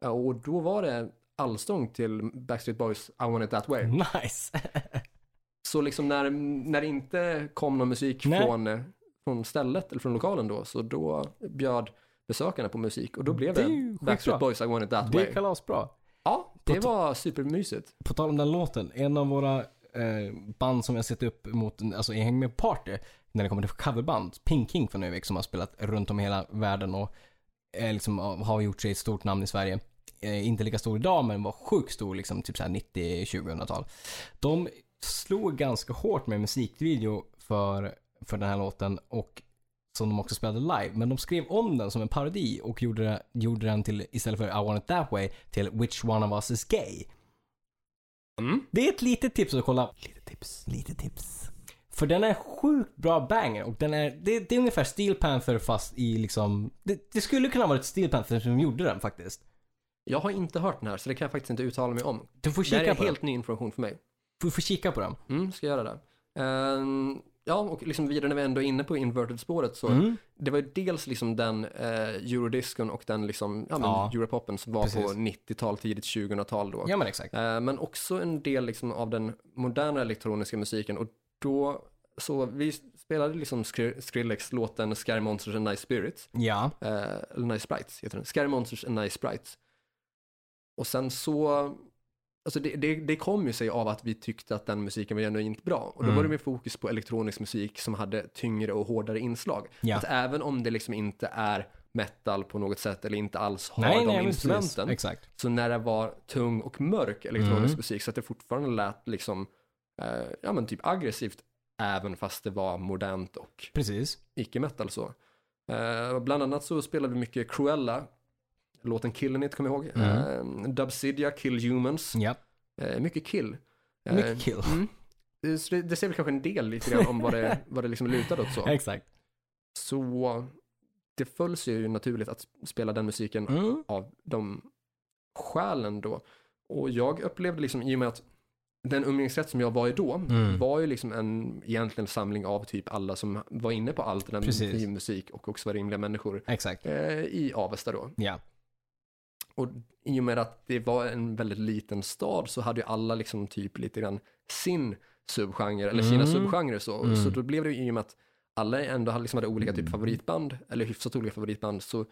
S1: Eh, Och då var det allsång till Backstreet Boys I want it that way.
S2: Nice.
S1: Så liksom när, när det inte kom någon musik
S2: Nej.
S1: från, eh, från stället eller från lokalen då, så då bjöd besökarna på musik och då blev
S2: Det
S1: det,
S2: är ju skitbra.
S1: Backstreet Boys I want it that
S2: Det
S1: way.
S2: är kalasbra.
S1: Ja, det
S2: På ta-
S1: var supermysigt.
S2: På tal om den låten, en av våra eh, band som jag sett upp mot, alltså i Häng med Party, när det kommer till coverband, Pink King från Övik som har spelat runt om hela världen och eh, liksom, har gjort sig ett stort namn i Sverige. Eh, inte lika stor idag, men var sjukt stor liksom, typ såhär 90-2000-tal. De slog ganska hårt med musikvideo för, för den här låten och som de också spelade live. Men de skrev om den som en parodi och gjorde, gjorde den till, istället för I want it that way, till Which one of us is gay.
S1: Mm.
S2: Det är ett litet tips att kolla. Lite tips. Lite tips. För den är sjukt bra banger och den är, det, det är ungefär Steel Panther fast i liksom, det, det skulle kunna vara ett Steel Panther som gjorde den faktiskt.
S1: Jag har inte hört den här, så det kan jag faktiskt inte uttala mig om.
S2: Du får
S1: Det här
S2: kika
S1: är
S2: på
S1: helt ny information för mig.
S2: den. Du får kika på den.
S1: Mm, ska göra det. Ehm, ja, och liksom vidare när vi ändå är inne på inverted-spåret så
S2: Mm.
S1: det var ju dels liksom den eh, eurodiscon och den liksom, ja, men
S2: Ja.
S1: europopen som var på
S2: Precis.
S1: 90-tal, tidigt 2000-tal då.
S2: Ja men exakt.
S1: Eh, men också en del liksom av den moderna elektroniska musiken och då så vi spelade liksom Skri- Skrillex-låten Scary Monsters and Nice Spirits
S2: Ja.
S1: Eh, eller Nice Sprites heter den. Scary Monsters and Nice Sprites. Och sen så, alltså det, det, det kom ju sig av att vi tyckte att den musiken var genuint bra. Och då
S2: Mm.
S1: var det med fokus på elektronisk musik som hade tyngre och hårdare inslag.
S2: Ja.
S1: Att även om det liksom inte är metal på något sätt eller inte alls har de
S2: men precis.
S1: instrumenten.
S2: Exakt.
S1: Så när det var tung och mörk elektronisk
S2: Mm.
S1: musik så att det fortfarande lät liksom eh, ja men typ aggressivt, även fast det var modernt och
S2: Precis.
S1: icke-metal så. Eh, bland annat så spelade vi mycket Cruella, låten Killen It kommer jag ihåg,
S2: Mm.
S1: eh, Dubsidia, Kill Humans,
S2: Ja.
S1: eh, mycket kill. Eh,
S2: Mycket kill.
S1: Mm. Det- Så det, det ser väl kanske en del lite grann om vad det, vad det liksom lutar åt så.
S2: Exakt.
S1: Så det föll sig ju naturligt att spela den musiken
S2: Mm.
S1: av de skälen då. Och jag upplevde liksom i och med att den umgängesrätt som jag var i då
S2: Mm.
S1: var ju liksom en egentligen samling av typ alla som var inne på
S2: Precis.
S1: alternativ musik och också var rimliga människor
S2: Exakt.
S1: eh, i Avesta då.
S2: Ja.
S1: Och i och med att det var en väldigt liten stad så hade ju alla liksom typ lite grann sin subgenre, eller sina
S2: Mm.
S1: subgenrer så.
S2: Mm.
S1: Så då blev det ju i och med att alla ändå hade, liksom hade olika typ favoritband, eller hyfsat olika favoritband, så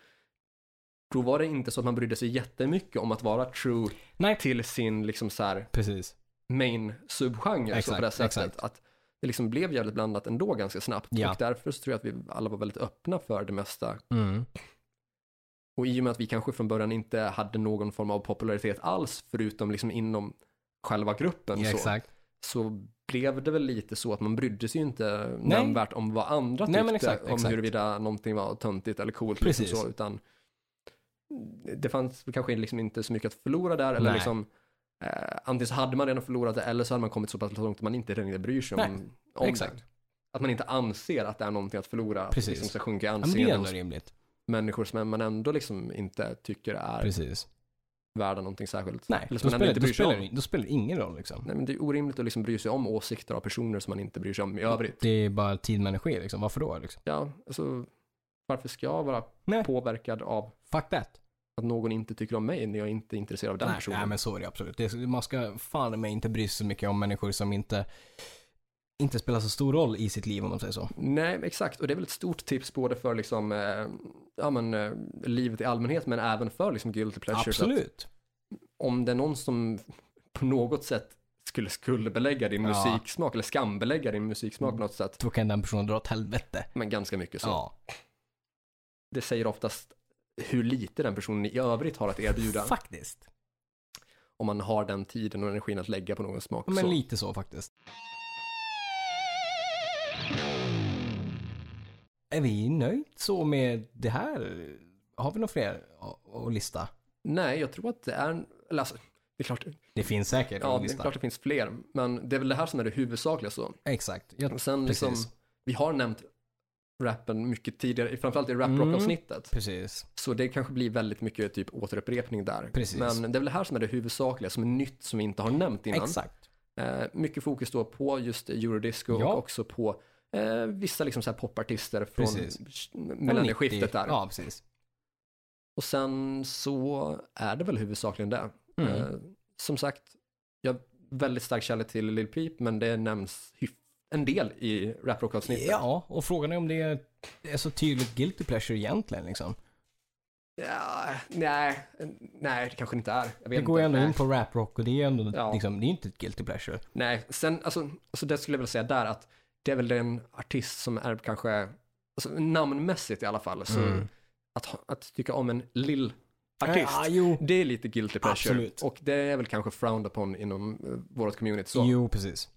S1: då var det inte så att man brydde sig jättemycket om att vara true
S2: Nej.
S1: till sin liksom så här
S2: Precis.
S1: main subgenre så
S2: Exakt,
S1: på det sättet.
S2: exakt.
S1: Att det liksom blev jävligt blandat ändå ganska snabbt.
S2: Ja.
S1: Och därför så tror jag att vi alla var väldigt öppna för det mesta
S2: Mm.
S1: och i och med att vi kanske från början inte hade någon form av popularitet alls, förutom liksom inom själva gruppen,
S2: Ja,
S1: så,
S2: exakt.
S1: så blev det väl lite så att man brydde sig ju inte
S2: Nej.
S1: nämnvärt om vad andra
S2: Nej,
S1: tyckte,
S2: men exakt,
S1: om
S2: exakt.
S1: huruvida någonting var töntigt eller coolt. Liksom
S2: Precis.
S1: så, utan det fanns väl kanske liksom inte så mycket att förlora där, eller
S2: Nej.
S1: liksom, eh, antingen så hade man redan förlorat det, eller så hade man kommit så pass långt att man inte längre bryr sig
S2: Nej,
S1: om, om
S2: exakt.
S1: det. Att man inte anser att det är någonting att förlora, att
S2: Precis.
S1: det liksom ska sjunka i
S2: Ja, men det är
S1: anseende
S2: ändå
S1: hos
S2: rimligt.
S1: människor som man ändå liksom inte tycker är
S2: Precis.
S1: värda någonting särskilt.
S2: Nej, då
S1: Eller som man ändå
S2: spelar,
S1: inte
S2: då,
S1: bryr sig om.
S2: spelar, då spelar det ingen roll liksom.
S1: Nej, men det är orimligt att liksom bry sig om åsikter av personer som man inte bryr sig om i
S2: Mm.
S1: övrigt.
S2: Det är bara tid med energi liksom. Varför då liksom?
S1: Ja, alltså, varför ska jag vara
S2: Nej.
S1: påverkad av
S2: Fuck that.
S1: att någon inte tycker om mig när jag inte är intresserad av den
S2: Nej,
S1: personen?
S2: nej, men så är det absolut. Det är, man ska fan mig inte bry sig så mycket om människor som inte, inte spelar så stor roll i sitt liv om de säger så.
S1: Nej, exakt. Och det är väl ett stort tips både för liksom, eh, ja, men, eh, livet i allmänhet men även för liksom, guilty pleasures. Att
S2: Absolut.
S1: Om det är någon som på något sätt skulle skuldbelägga din
S2: Ja.
S1: musiksmak eller skambelägga din musiksmak på något sätt,
S2: Då kan den personen dra åt helvete.
S1: men ganska mycket så.
S2: Ja.
S1: det säger oftast hur lite den personen i övrigt har att erbjuda
S2: Faktiskt.
S1: om man har den tiden och energin att lägga på någon smak.
S2: Men
S1: så.
S2: lite så faktiskt. Är vi nöjda så med det här? Har vi några fler att- att lista?
S1: Nej, jag tror att det är, eller alltså, det är klart,
S2: Det finns säkert
S1: ja,
S2: att
S1: det är
S2: lista.
S1: klart det finns fler, men det är väl det här som är det huvudsakliga så.
S2: Exakt. Jag,
S1: Och Sen
S2: precis.
S1: liksom, vi har nämnt rappen mycket tidigare, framförallt i
S2: Mm.
S1: rap-rock-avsnittet,
S2: precis.
S1: så det kanske blir väldigt mycket typ återupprepning där.
S2: Precis.
S1: Men det är väl det här som är det huvudsakliga, som är nytt som vi inte har nämnt innan.
S2: Exakt.
S1: Eh, mycket fokus då på just eurodisco
S2: Ja.
S1: och också på eh, vissa liksom så här popartister från
S2: Precis.
S1: sh- millennieskiftet
S2: 90.
S1: där.
S2: Ja, precis.
S1: Och sen så är det väl huvudsakligen det.
S2: Mm.
S1: Eh, som sagt, jag har väldigt stark kärlek till Lil Peep, men det nämns hyf- en del i raprock-avsnittet.
S2: Ja, och frågan är om det är, är så tydligt guilty pleasure egentligen liksom.
S1: Ja, nej, nej, det kanske det inte är. Jag vet
S2: Det går ju
S1: inte.
S2: ändå
S1: nej.
S2: in på rap rock och det är ju ändå
S1: Ja.
S2: liksom, det är inte ett guilty pleasure.
S1: Nej, sen, alltså, alltså det skulle jag vilja säga där att det är väl den artist som är kanske, alltså, namnmässigt i alla fall, så
S2: Mm.
S1: att, ha- att tycka om en lill
S2: Ja,
S1: artist,
S2: ah, jo.
S1: det är lite guilty pleasure.
S2: Absolut.
S1: Och det är väl kanske frowned upon inom eh, vårt community. Så.
S2: Jo, precis.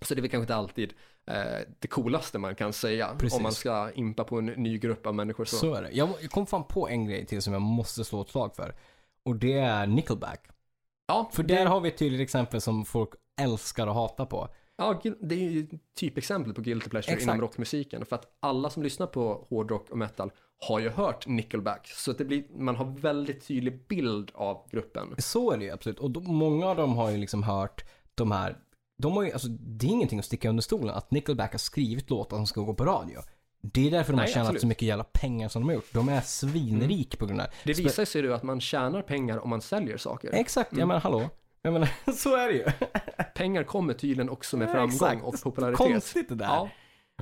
S1: så det är väl kanske inte alltid eh, det coolaste man kan säga
S2: Precis.
S1: om man ska impa på en ny grupp av människor. Så.
S2: Så är det. Jag, jag kom fan på en grej till som jag måste slå ett slag för. Och det är Nickelback.
S1: ja,
S2: För där har vi ett tydligt exempel som folk älskar och hatar på.
S1: ja, gil- det är ju typexempel på guilty pleasure
S2: Exakt.
S1: inom rockmusiken. För att alla som lyssnar på hårdrock och metal har ju hört Nickelback. Så att det blir, man har väldigt tydlig bild av gruppen.
S2: Så är det ju absolut. Och då, många av dem har ju liksom hört de här, de har ju, alltså det är ingenting att sticka under stolen att Nickelback har skrivit låtar som ska gå på radio. Det är därför de har
S1: Nej,
S2: tjänat
S1: absolut. Mm.
S2: så mycket jävla pengar som de har gjort. De är svinrik på grund av
S1: Det visar sig ju att man tjänar pengar om man säljer saker.
S2: Exakt,
S1: Mm.
S2: jag menar hallå. Jag menar, så är det ju.
S1: pengar kommer tydligen också med framgång
S2: Exakt.
S1: och popularitet.
S2: Konstigt det där.
S1: Ja,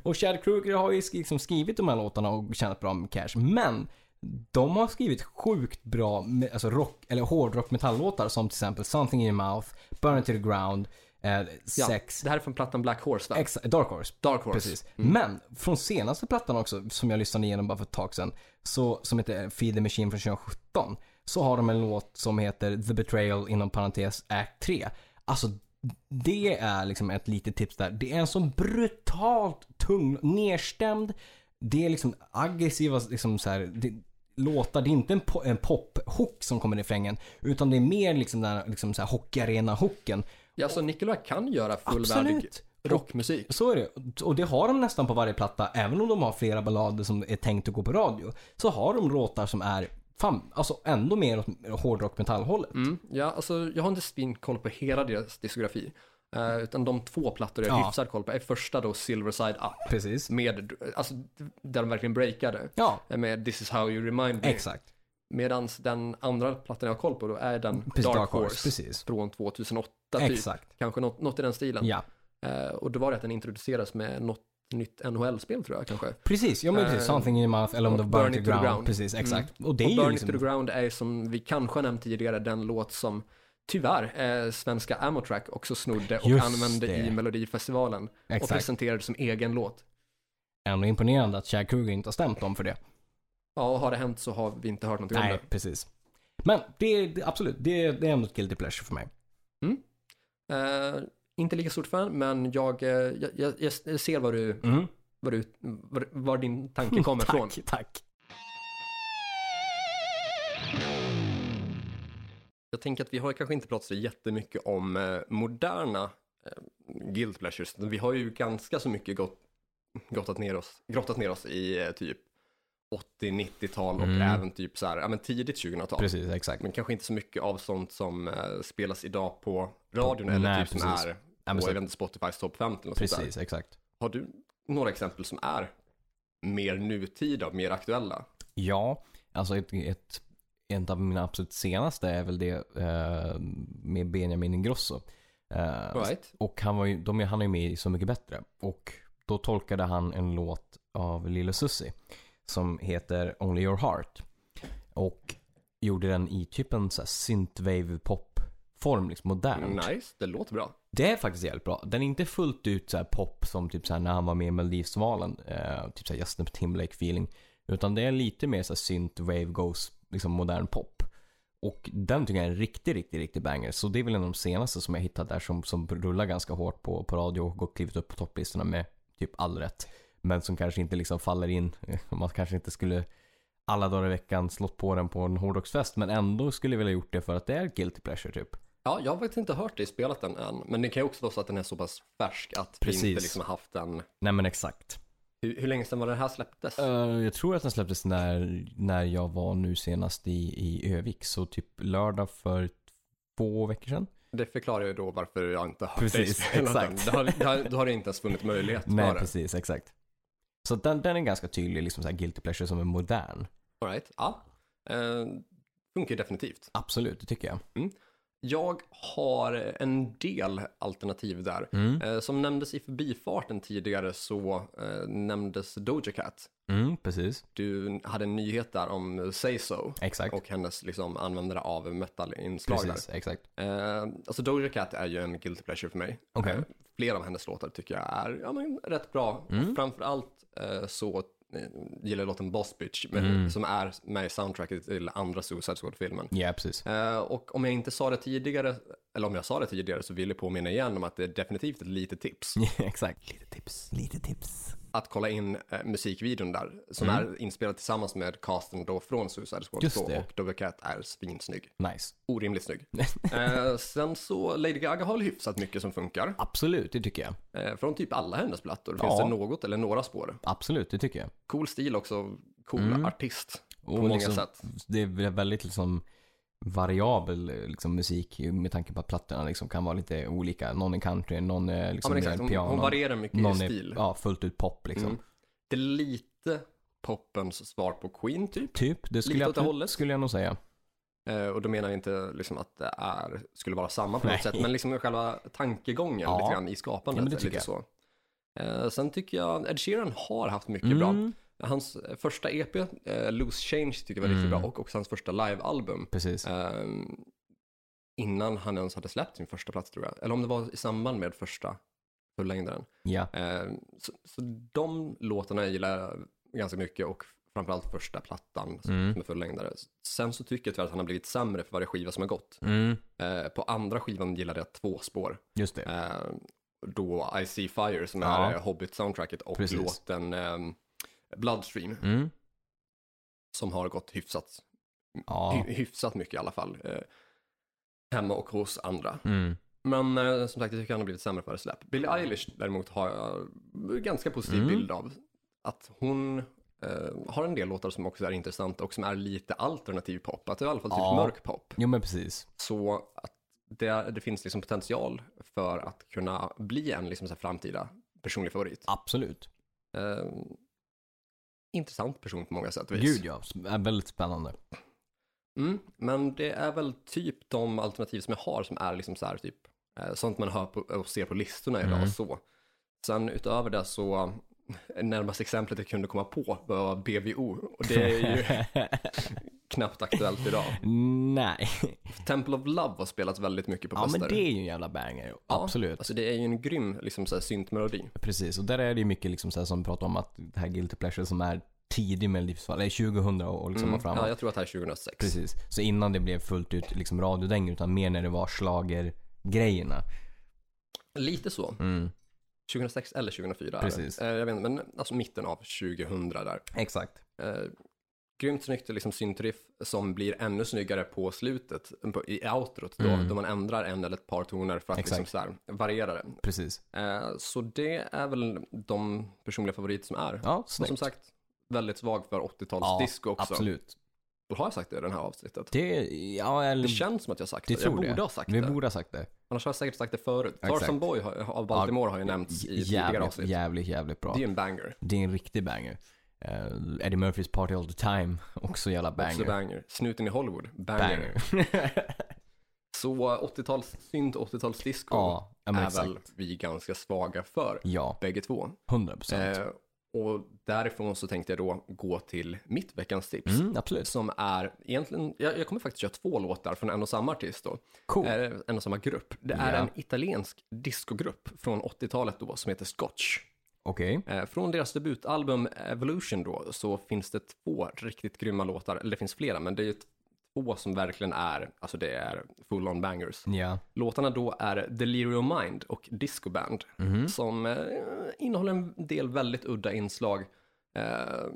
S2: Och Chad Kroeger har ju sk- liksom skrivit de här låtarna och tjänat bra med cash. Men de har skrivit sjukt bra me- alltså rock, eller hårdrock metallåtar som till exempel Something in your mouth, Burn it to the ground, eh,
S1: ja.
S2: Sex,
S1: Det här är från plattan Black Horse, va?
S2: exa- Dark Horse.
S1: Dark Horse.
S2: Precis. Men från senaste plattan också, som jag lyssnade igenom bara för ett tag sedan, så, som heter Feed the Machine från 2017, så har de en låt som heter The Betrayal inom parentes Act 3. Alltså det är liksom ett litet tips där. Det är en sån brutalt tung, nedstämd. Det är liksom aggressiva liksom så här, det, låtar. Det är inte en, po- en pop-hook som kommer i refrängen. Utan det är mer liksom den här, liksom så här hockeyarena-hooken.
S1: Ja, så Nicola kan göra fullvärdig
S2: Absolut.
S1: rockmusik.
S2: Så är det. Och det har de nästan på varje platta. Även om de har flera ballader som är tänkt att gå på radio. Så har de låtar som är fan, alltså ändå mer åt hårdrock metallhållet.
S1: Mm, ja, alltså, jag har inte spinkoll på hela deras diskografi. eh, utan de två plattor jag har
S2: Ja.
S1: hyfsad koll på är första då Silver Side Up.
S2: Precis.
S1: Med, alltså, där de verkligen breakade. eh,
S2: Ja,
S1: Med This is how you remind me.
S2: exakt.
S1: Medan den andra plattan jag har koll på då är den
S2: Precis,
S1: Dark,
S2: Dark Horse,
S1: Horse.
S2: precis.
S1: Från 2008 typ.
S2: Exakt.
S1: Kanske något, något i den stilen.
S2: Ja.
S1: Eh, och då var det att den introduceras med något nytt NHL-spel tror jag kanske.
S2: Precis, ja men precis.
S1: Eh,
S2: Something in your mouth eller om
S1: och
S2: det var
S1: Burn
S2: Burn to
S1: It to the
S2: ground.
S1: Ground. Mm.
S2: Precis, exakt. Och det är
S1: och Burn
S2: ju
S1: It to the
S2: liksom,
S1: Ground är som vi kanske har nämnt tidigare den låt som tyvärr eh, svenska Amotrack också snodde och
S2: Just
S1: använde
S2: det.
S1: i Melodifestivalen och
S2: exakt.
S1: presenterade som egen låt.
S2: Ändå imponerande att Chad Kruger inte har stämt dem för det.
S1: Ja, och har det hänt så har vi inte hört någonting om
S2: Nej, precis. Men det är det- absolut, det är, det är ändå ett guilty pleasure för mig.
S1: det. Eh, inte lika stort fan, men jag, eh, jag, jag, jag ser var, du,
S2: Mm.
S1: var, du, var, var din tanke kommer ifrån.
S2: Tack, tack.
S1: Jag tänker att vi har kanske inte pratat så jättemycket om eh, moderna eh, guild pleasures. Vi har ju ganska så mycket gott, gottat, ner oss, grottat ner oss i eh, typ 80-90-tal och
S2: Mm.
S1: även typ så här, ja, men tidigt 2000-tal.
S2: Precis, exakt.
S1: Men kanske inte så mycket av sånt som eh, spelas idag på radion eller
S2: nej,
S1: typ som
S2: precis.
S1: är
S2: Ja, men
S1: på
S2: så,
S1: jag vet inte, Spotifys topp 15 och sånt där.
S2: precis, exakt.
S1: Har du några exempel som är mer nutida, mer aktuella?
S2: Ja, alltså ett, ett, en av mina absolut senaste är väl det eh, med Benjamin Ingrosso. Eh,
S1: Right?
S2: Och han, var ju, de, han är ju med i Så Mycket Bättre. Och då tolkade han en låt av Lille Susie som heter Only Your Heart. Och gjorde den i typ en så här synthwave pop form, liksom modernt.
S1: Nice, det låter bra.
S2: Det är faktiskt jävligt bra. Den är inte fullt ut så här pop som typ så här när han var med i Melodifestivalen. Eh, typ så här Justin Timberlake feeling. Utan det är lite mer så här synthwave goes, liksom modern pop. Och den tycker jag är en riktig, riktig, riktig banger. Så det är väl en av de senaste som jag hittat där som, som rullar ganska hårt på, på radio och har klivit upp på topplistorna med typ all rätt. Men som kanske inte liksom faller in. Man kanske inte skulle alla dagar i veckan slått på den på en hårdrocksfest. Men ändå skulle jag vilja gjort det för att det är guilty pleasure typ.
S1: Ja, jag har faktiskt inte hört dig spelat den än, men det kan ju också vara så att den är så pass färsk att vi inte
S2: Precis.
S1: liksom haft den.
S2: Nej men exakt.
S1: Hur, hur länge sedan var den här släpptes?
S2: Eh, jag tror att den släpptes när, när jag var nu senast i, i Övik. Så typ lördag för två veckor sedan.
S1: Det förklarar ju då varför jag inte har hört
S2: Precis,
S1: dig spela
S2: exakt.
S1: den. Det har, det har, då har det inte ens funnits möjlighet
S2: Nej,
S1: för det.
S2: precis. Exakt. Så den, den är ganska tydlig, liksom så här guilty pleasure som är modern.
S1: All right, ja. Eh, funkar ju definitivt.
S2: Absolut, det tycker jag.
S1: Jag har en del alternativ där.
S2: Mm.
S1: Eh, som nämndes i förbifarten tidigare så eh, nämndes Doja Cat.
S2: Mm, precis.
S1: Du hade en nyhet där om Say So
S2: Exakt.
S1: och hennes liksom, användare av metal-inslag där.
S2: Precis, exakt.
S1: Eh, alltså Doja Cat är ju en guilty pleasure för mig.
S2: Okej.
S1: Eh, flera av hennes låtar tycker jag är ja, men, rätt bra.
S2: Mm.
S1: Framförallt eh, så eh, gillar jag låten Boss Bitch, men,
S2: Mm.
S1: som är med i soundtracket till andra Suicide Squad-filmen.
S2: Ja, precis.
S1: Eh, och om jag inte sa det tidigare, eller om jag sa det tidigare så vill jag påminna igen om att det är definitivt ett litet tips
S2: exakt. Lite tips. Lite tips.
S1: att kolla in eh, musikvideon där som är inspelad tillsammans med casten då från Suicide Squad
S2: Mm. Just
S1: 2
S2: det.
S1: och Doja Cat är svinsnygg.
S2: Nice.
S1: Orimligt snygg. eh, sen så Lady Gaga har hyfsat mycket som funkar.
S2: Absolut, det tycker jag.
S1: Eh, från typ alla hennes plattor finns
S2: Ja.
S1: det något eller några spår.
S2: Absolut, det tycker jag.
S1: Cool stil också, cool
S2: Mm.
S1: artist på
S2: Och
S1: många
S2: liksom-
S1: sätt.
S2: det är väl väldigt liksom variabel eh, liksom, musik med tanke på att plattorna liksom kan vara lite olika. Någon är country, någon är
S1: Ja,
S2: liksom
S1: men
S2: mer
S1: exakt. Hon,
S2: piano.
S1: hon varierar mycket
S2: någon
S1: i
S2: är
S1: stil.
S2: Ja, fullt ut pop liksom.
S1: Mm. Det är lite poppens svar på Queen typ.
S2: Typ, det skulle
S1: Lite
S2: jag,
S1: åt det hållet.
S2: skulle jag nog säga.
S1: Eh, och då menar vi inte liksom att det är, skulle vara samma på något
S2: Nej.
S1: sätt, men liksom själva tankegången
S2: Ja.
S1: lite grann i skapandet.
S2: Ja, men det
S1: är
S2: tycker
S1: lite så. Eh, sen tycker jag Ed Sheeran har haft mycket
S2: Mm.
S1: bra. Hans första EP, eh, Loose Change, tycker jag var riktigt
S2: Mm.
S1: bra och också hans första livealbum.
S2: Precis.
S1: Ehm, innan han ens hade släppt sin första plats tror jag. Eller om det var i samband med första fullängdaren. Eh,
S2: Ja.
S1: Ehm, så, så de låtarna gillar jag ganska mycket och framförallt första plattan som-
S3: Mm.
S1: som är fullängdare. Sen så tycker jag tyvärr att han har blivit sämre för varje skiva som har gått.
S3: Mm.
S1: Eh, på andra skivan gillade jag två spår.
S2: Just det.
S1: Eh, då I See Fire som
S3: Ja.
S1: är eh, Hobbit-soundtracket och
S3: Precis.
S1: låten eh, Bloodstream
S3: Mm.
S1: som har gått hyfsat,
S2: Ja.
S1: hy- hyfsat mycket i alla fall. Eh, hemma och hos andra.
S3: Mm.
S1: Men eh, som sagt, jag tycker han har blivit sämre för varje släpp. Billie Eilish däremot har jag ganska positiv
S3: Mm.
S1: bild av. Att hon eh, har en del låtar som också är intressanta och som är lite alternativ pop. Att det är i alla fall typ
S2: Ja.
S1: mörk pop.
S2: Jo men precis.
S1: Så att det, det finns liksom potential för att kunna bli en liksom så här framtida personlig favorit.
S2: Absolut.
S1: Eh, intressant person på många sätt och vis.
S2: Gud ja. S- är Väldigt spännande.
S1: Mm, men det är väl typ de alternativ som jag har som är liksom så här typ eh, sånt man hör på, och ser på listorna idag
S3: Mm.
S1: så. Sen utöver det så närmaste exemplet jag kunde komma på var BVO och det är ju knappt aktuellt idag.
S2: Nej.
S1: Temple of Love har spelats väldigt mycket på
S2: Ja men
S1: Buster.
S2: det är ju en jävla banger. Absolut.
S1: Alltså det är ju en grym liksom så här syntmelodi.
S2: Precis, och där är det ju mycket liksom så här som vi pratar om att det här Guilty Pleasure som är tidig med livsfall, eller 2000 och och liksom
S1: Mm,
S2: och framåt.
S1: ja, jag tror att det här är 2006.
S2: Precis, så innan det blev fullt ut liksom radiodäng utan mer när det var schlagergrejerna.
S1: Lite så.
S3: Mm.
S1: 2006 eller 2004.
S2: Precis.
S1: Eh, jag vet inte, men alltså mitten av 2000 där.
S2: Exakt.
S1: Eh, grymt snyggt liksom syntriff som blir ännu snyggare på slutet, på, i outrot då,
S3: Mm.
S1: då man ändrar en eller ett par toner för att
S2: Exakt.
S1: liksom så här, variera det.
S2: Precis.
S1: Eh, så det är väl de personliga favoriter som är.
S2: Ja,
S1: och
S2: snyggt.
S1: som sagt, väldigt svag för 80-talsdisco
S2: Ja,
S1: disco också.
S2: Absolut.
S1: Har jag sagt det i det här avsnittet?
S2: Det, ja eller...
S1: Det känns som att jag har sagt
S2: Mm. det
S1: det. Jag
S2: tror
S1: borde
S2: det.
S1: ha sagt
S2: Vi
S1: det.
S2: borde ha sagt det.
S1: Annars har jag säkert sagt det förut.
S2: Exakt.
S1: Tarzan Boy har- av Baltimore har ju nämnts i tidigare
S2: Jävligt,
S1: avsnitt.
S2: jävligt, jävligt bra.
S1: Det är en banger.
S2: Det är en riktig banger. Eh, Eddie Murphys Party All The Time, också jävla
S1: Också
S2: banger.
S1: banger. Snuten i Hollywood, banger.
S2: banger.
S1: Så 80-tals synt, 80-tals disco
S2: ja, ja, men
S1: är
S2: exakt.
S1: väl vi ganska svaga för,
S2: Ja,
S1: bägge två.
S2: 100%.
S1: Eh, och därifrån så tänkte jag då gå till mitt veckans tips.
S2: Mm, absolut.
S1: Som är egentligen, jag, jag kommer faktiskt köra två låtar från en och samma artist då.
S2: Cool.
S1: Eh, en och samma grupp. Det är
S2: Oh. Ja.
S1: en italiensk discogrupp från 80-talet då som heter Scotch.
S2: Okej.
S1: Eh, Från deras debutalbum Evolution då så finns det två riktigt grymma låtar, eller det finns flera, men det är ju två som verkligen är, alltså det är full on bangers.
S2: Ja.
S1: Låtarna då är Delirium Mind och Disco Band
S2: Mhm.
S1: som eh, innehåller en del väldigt udda inslag. Eh,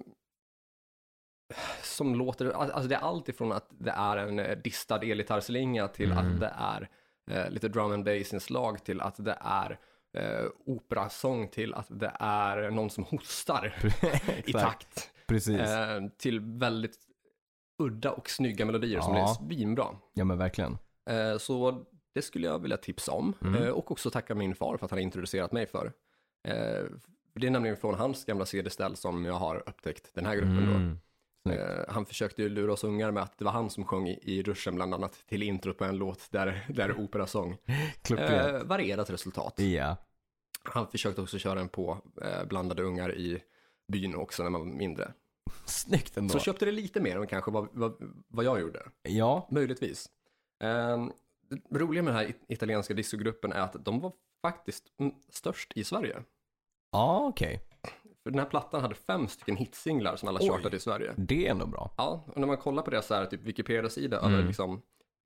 S1: som låter, al- alltså det är allt ifrån att det är en eh, distad elgitarrslinga till
S2: Mm.
S1: att det är eh, lite drum and bass inslag till att det är eh, operasång till att det är någon som hostar i takt.
S2: Precis.
S1: Eh, till väldigt udda och snygga melodier som
S2: Ja.
S1: är svinbra.
S2: Ja men verkligen.
S1: Eh, Så det skulle jag vilja tipsa om
S2: Mm.
S1: Eh, och också tacka min far för att han har introducerat mig för. Eh, Det är nämligen från hans gamla CD-ställ som jag har upptäckt den här gruppen då.
S3: Mm.
S2: Snyggt.
S1: Eh, Han försökte ju lura oss ungar med att det var han som sjöng i- i duschen bland annat till introt på en låt där, där det är operasång.
S2: Klockrent.
S1: Eh, varierat resultat.
S2: Ja.
S1: Han försökte också köra den på eh, blandade ungar i byn också när man var mindre.
S2: Snyggt ändå.
S1: Så köpte det lite mer än kanske vad, vad, vad jag gjorde.
S2: ja.
S1: Möjligtvis. Ehm, det roliga med den här it- italienska discogruppen är att de var faktiskt mm, störst i Sverige.
S2: Ja okej.
S1: För den här plattan hade fem stycken hitsinglar som alla
S2: Oj.
S1: chartade i Sverige.
S2: Det är ändå bra.
S1: Ja, och när man kollar på deras så här, typ Wikipedia-sida över liksom,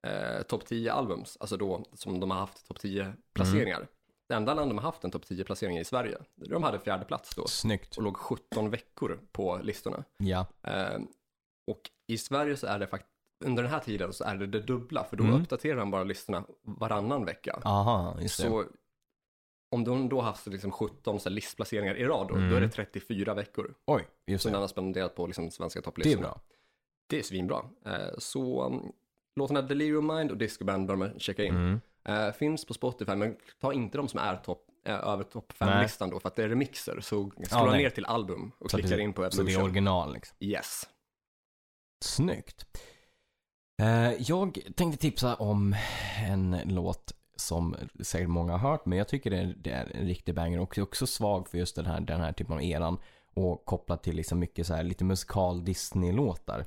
S1: eh, topp 10 albums, alltså då som de har haft topp 10 placeringar. Det enda land de har haft en topp 10 placering i Sverige, de hade fjärde plats då
S2: Snyggt.
S1: och låg 17 veckor på listorna.
S2: Ja.
S1: Eh, och i Sverige så är det faktiskt, under den här tiden så är det det dubbla, för då
S2: Mm.
S1: uppdaterar han bara listorna varannan vecka.
S2: Aha, just det.
S1: så om de då har haft liksom 17 så här listplaceringar i rad då,
S3: Mm.
S1: då är det 34 veckor
S2: Oj, just
S1: som
S2: det.
S1: den har spenderat på liksom svenska
S2: Det är
S1: topplistorna.
S2: bra.
S1: Det är svinbra. Eh, så um, låtarna Delirium Mind och Disco Band bör man checka in.
S3: Mm.
S1: Eh, finns på Spotify, men ta inte de som är topp, eh, över topp
S2: Nej.
S1: 5-listan då, för att det är remixer. Så scrolla
S2: nej.
S1: ner till album och
S2: Så att
S1: klicka
S2: det-
S1: in på
S2: Så det är
S1: Evolution.
S2: original liksom.
S1: yes.
S2: Snyggt. Eh, jag tänkte tipsa om en låt som säkert många har hört, men jag tycker det är, det är en riktig banger och också svag för just den här, den här typen av eran och kopplat till liksom mycket så här lite musikal Disney-låtar.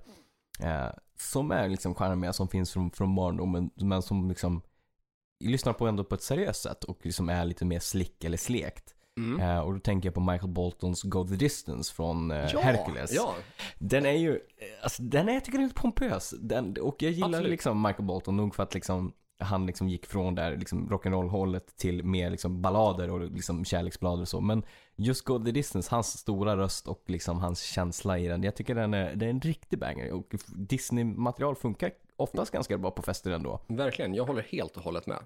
S2: Eh, som är liksom charmiga, som finns från, från barndomen, men som liksom lyssnar på ändå på ett seriöst sätt och liksom är lite mer slick eller slekt.
S1: Mm.
S2: Eh, och då tänker jag på Michael Boltons Go the Distance från eh, Hercules.
S1: Ja,
S2: Den är ju, eh, alltså den är, jag tycker den är lite pompös. Den, och jag gillar
S1: Absolut.
S2: liksom Michael Bolton nog för att liksom han liksom gick från där liksom rock'n'roll hållet till mer liksom ballader och liksom kärleksballader och så. Men just Go the Distance, hans stora röst och liksom hans känsla i den. Jag tycker den är, den är en riktig banger. Och f- Disney-material funkar oftast ganska bra på fester ändå.
S1: verkligen. Jag håller helt och hållet med.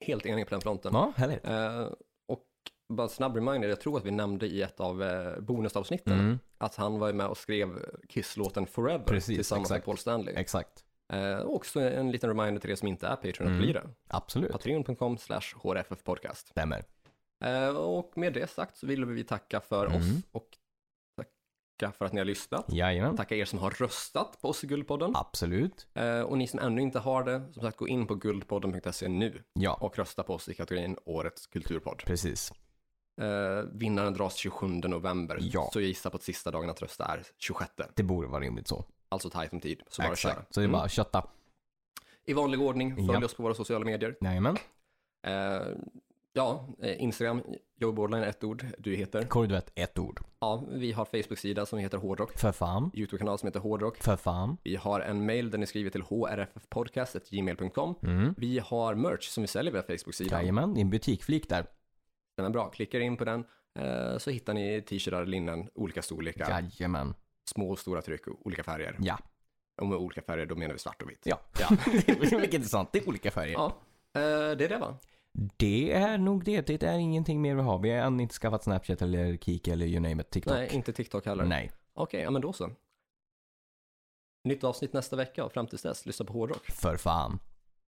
S1: Helt enig på den fronten.
S2: Ja, härligt.
S1: Eh, och bara en snabb reminder, jag tror att vi nämnde i ett av eh, bonusavsnitten
S2: Mm,
S1: att han var ju med och skrev Kiss-låten Forever
S2: Precis,
S1: tillsammans
S2: exakt.
S1: med Paul Stanley.
S2: exakt.
S1: Eh, och också en liten reminder till det som inte är Patreon att
S2: Mm.
S1: bli det.
S2: Absolut.
S1: Patreon.com slash hrffpodcast.
S2: Stämmer.
S1: Eh, och med det sagt så vill vi tacka för
S2: Mm.
S1: oss och tacka för att ni har lyssnat.
S2: Jajamän.
S1: Tacka er som har röstat på oss i Guldpodden.
S2: Absolut.
S1: Eh, och ni som ännu inte har det, som sagt gå in på guldpodden.se nu
S2: Ja,
S1: och rösta på oss i kategorin Årets kulturpodd.
S2: precis.
S1: Eh, vinnaren dras 27 november,
S2: Ja.
S1: så jag gissar på att sista dagen att rösta är 26.
S2: Det borde vara rimligt så.
S1: Alltså tajt om tid, så bara Mm. kör.
S2: Så det är bara att kötta.
S1: I vanlig ordning, följ
S2: Ja.
S1: oss på våra sociala medier.
S2: Jajamän.
S1: Eh, ja, eh, Instagram, Joey Bordline är ett ord, du heter.
S2: Korridorett, ett ord.
S1: Ja, vi har Facebook-sida som heter Hårdrock,
S2: För fan.
S1: YouTube-kanal som heter Hårdrock.
S2: För fan.
S1: Vi har en mail där ni skriver till hrffpodcast.gmail.com.
S2: Mm.
S1: Vi har merch som vi säljer via Facebook-sidan.
S2: Jajamän, det är en butikflik där.
S1: Den är bra, klicka in på den eh, så hittar ni t-shirtar, linnen, olika storlekar,
S2: Jajamän.
S1: små och stora tryck och olika färger.
S2: Ja.
S1: Och med olika färger då menar vi svart och vitt.
S2: Ja.
S1: Ja.
S2: Vilket intressant. Det är olika färger.
S1: Ja, eh, det är det va?
S2: Det är nog det. Det är ingenting mer vi har. Vi har än inte skaffat Snapchat eller Kik eller you name it. TikTok.
S1: Nej, inte TikTok heller.
S2: Nej.
S1: Okej, ja men då så. Nytt avsnitt nästa vecka och fram tills dess, lyssna på hårdrock.
S2: För fan.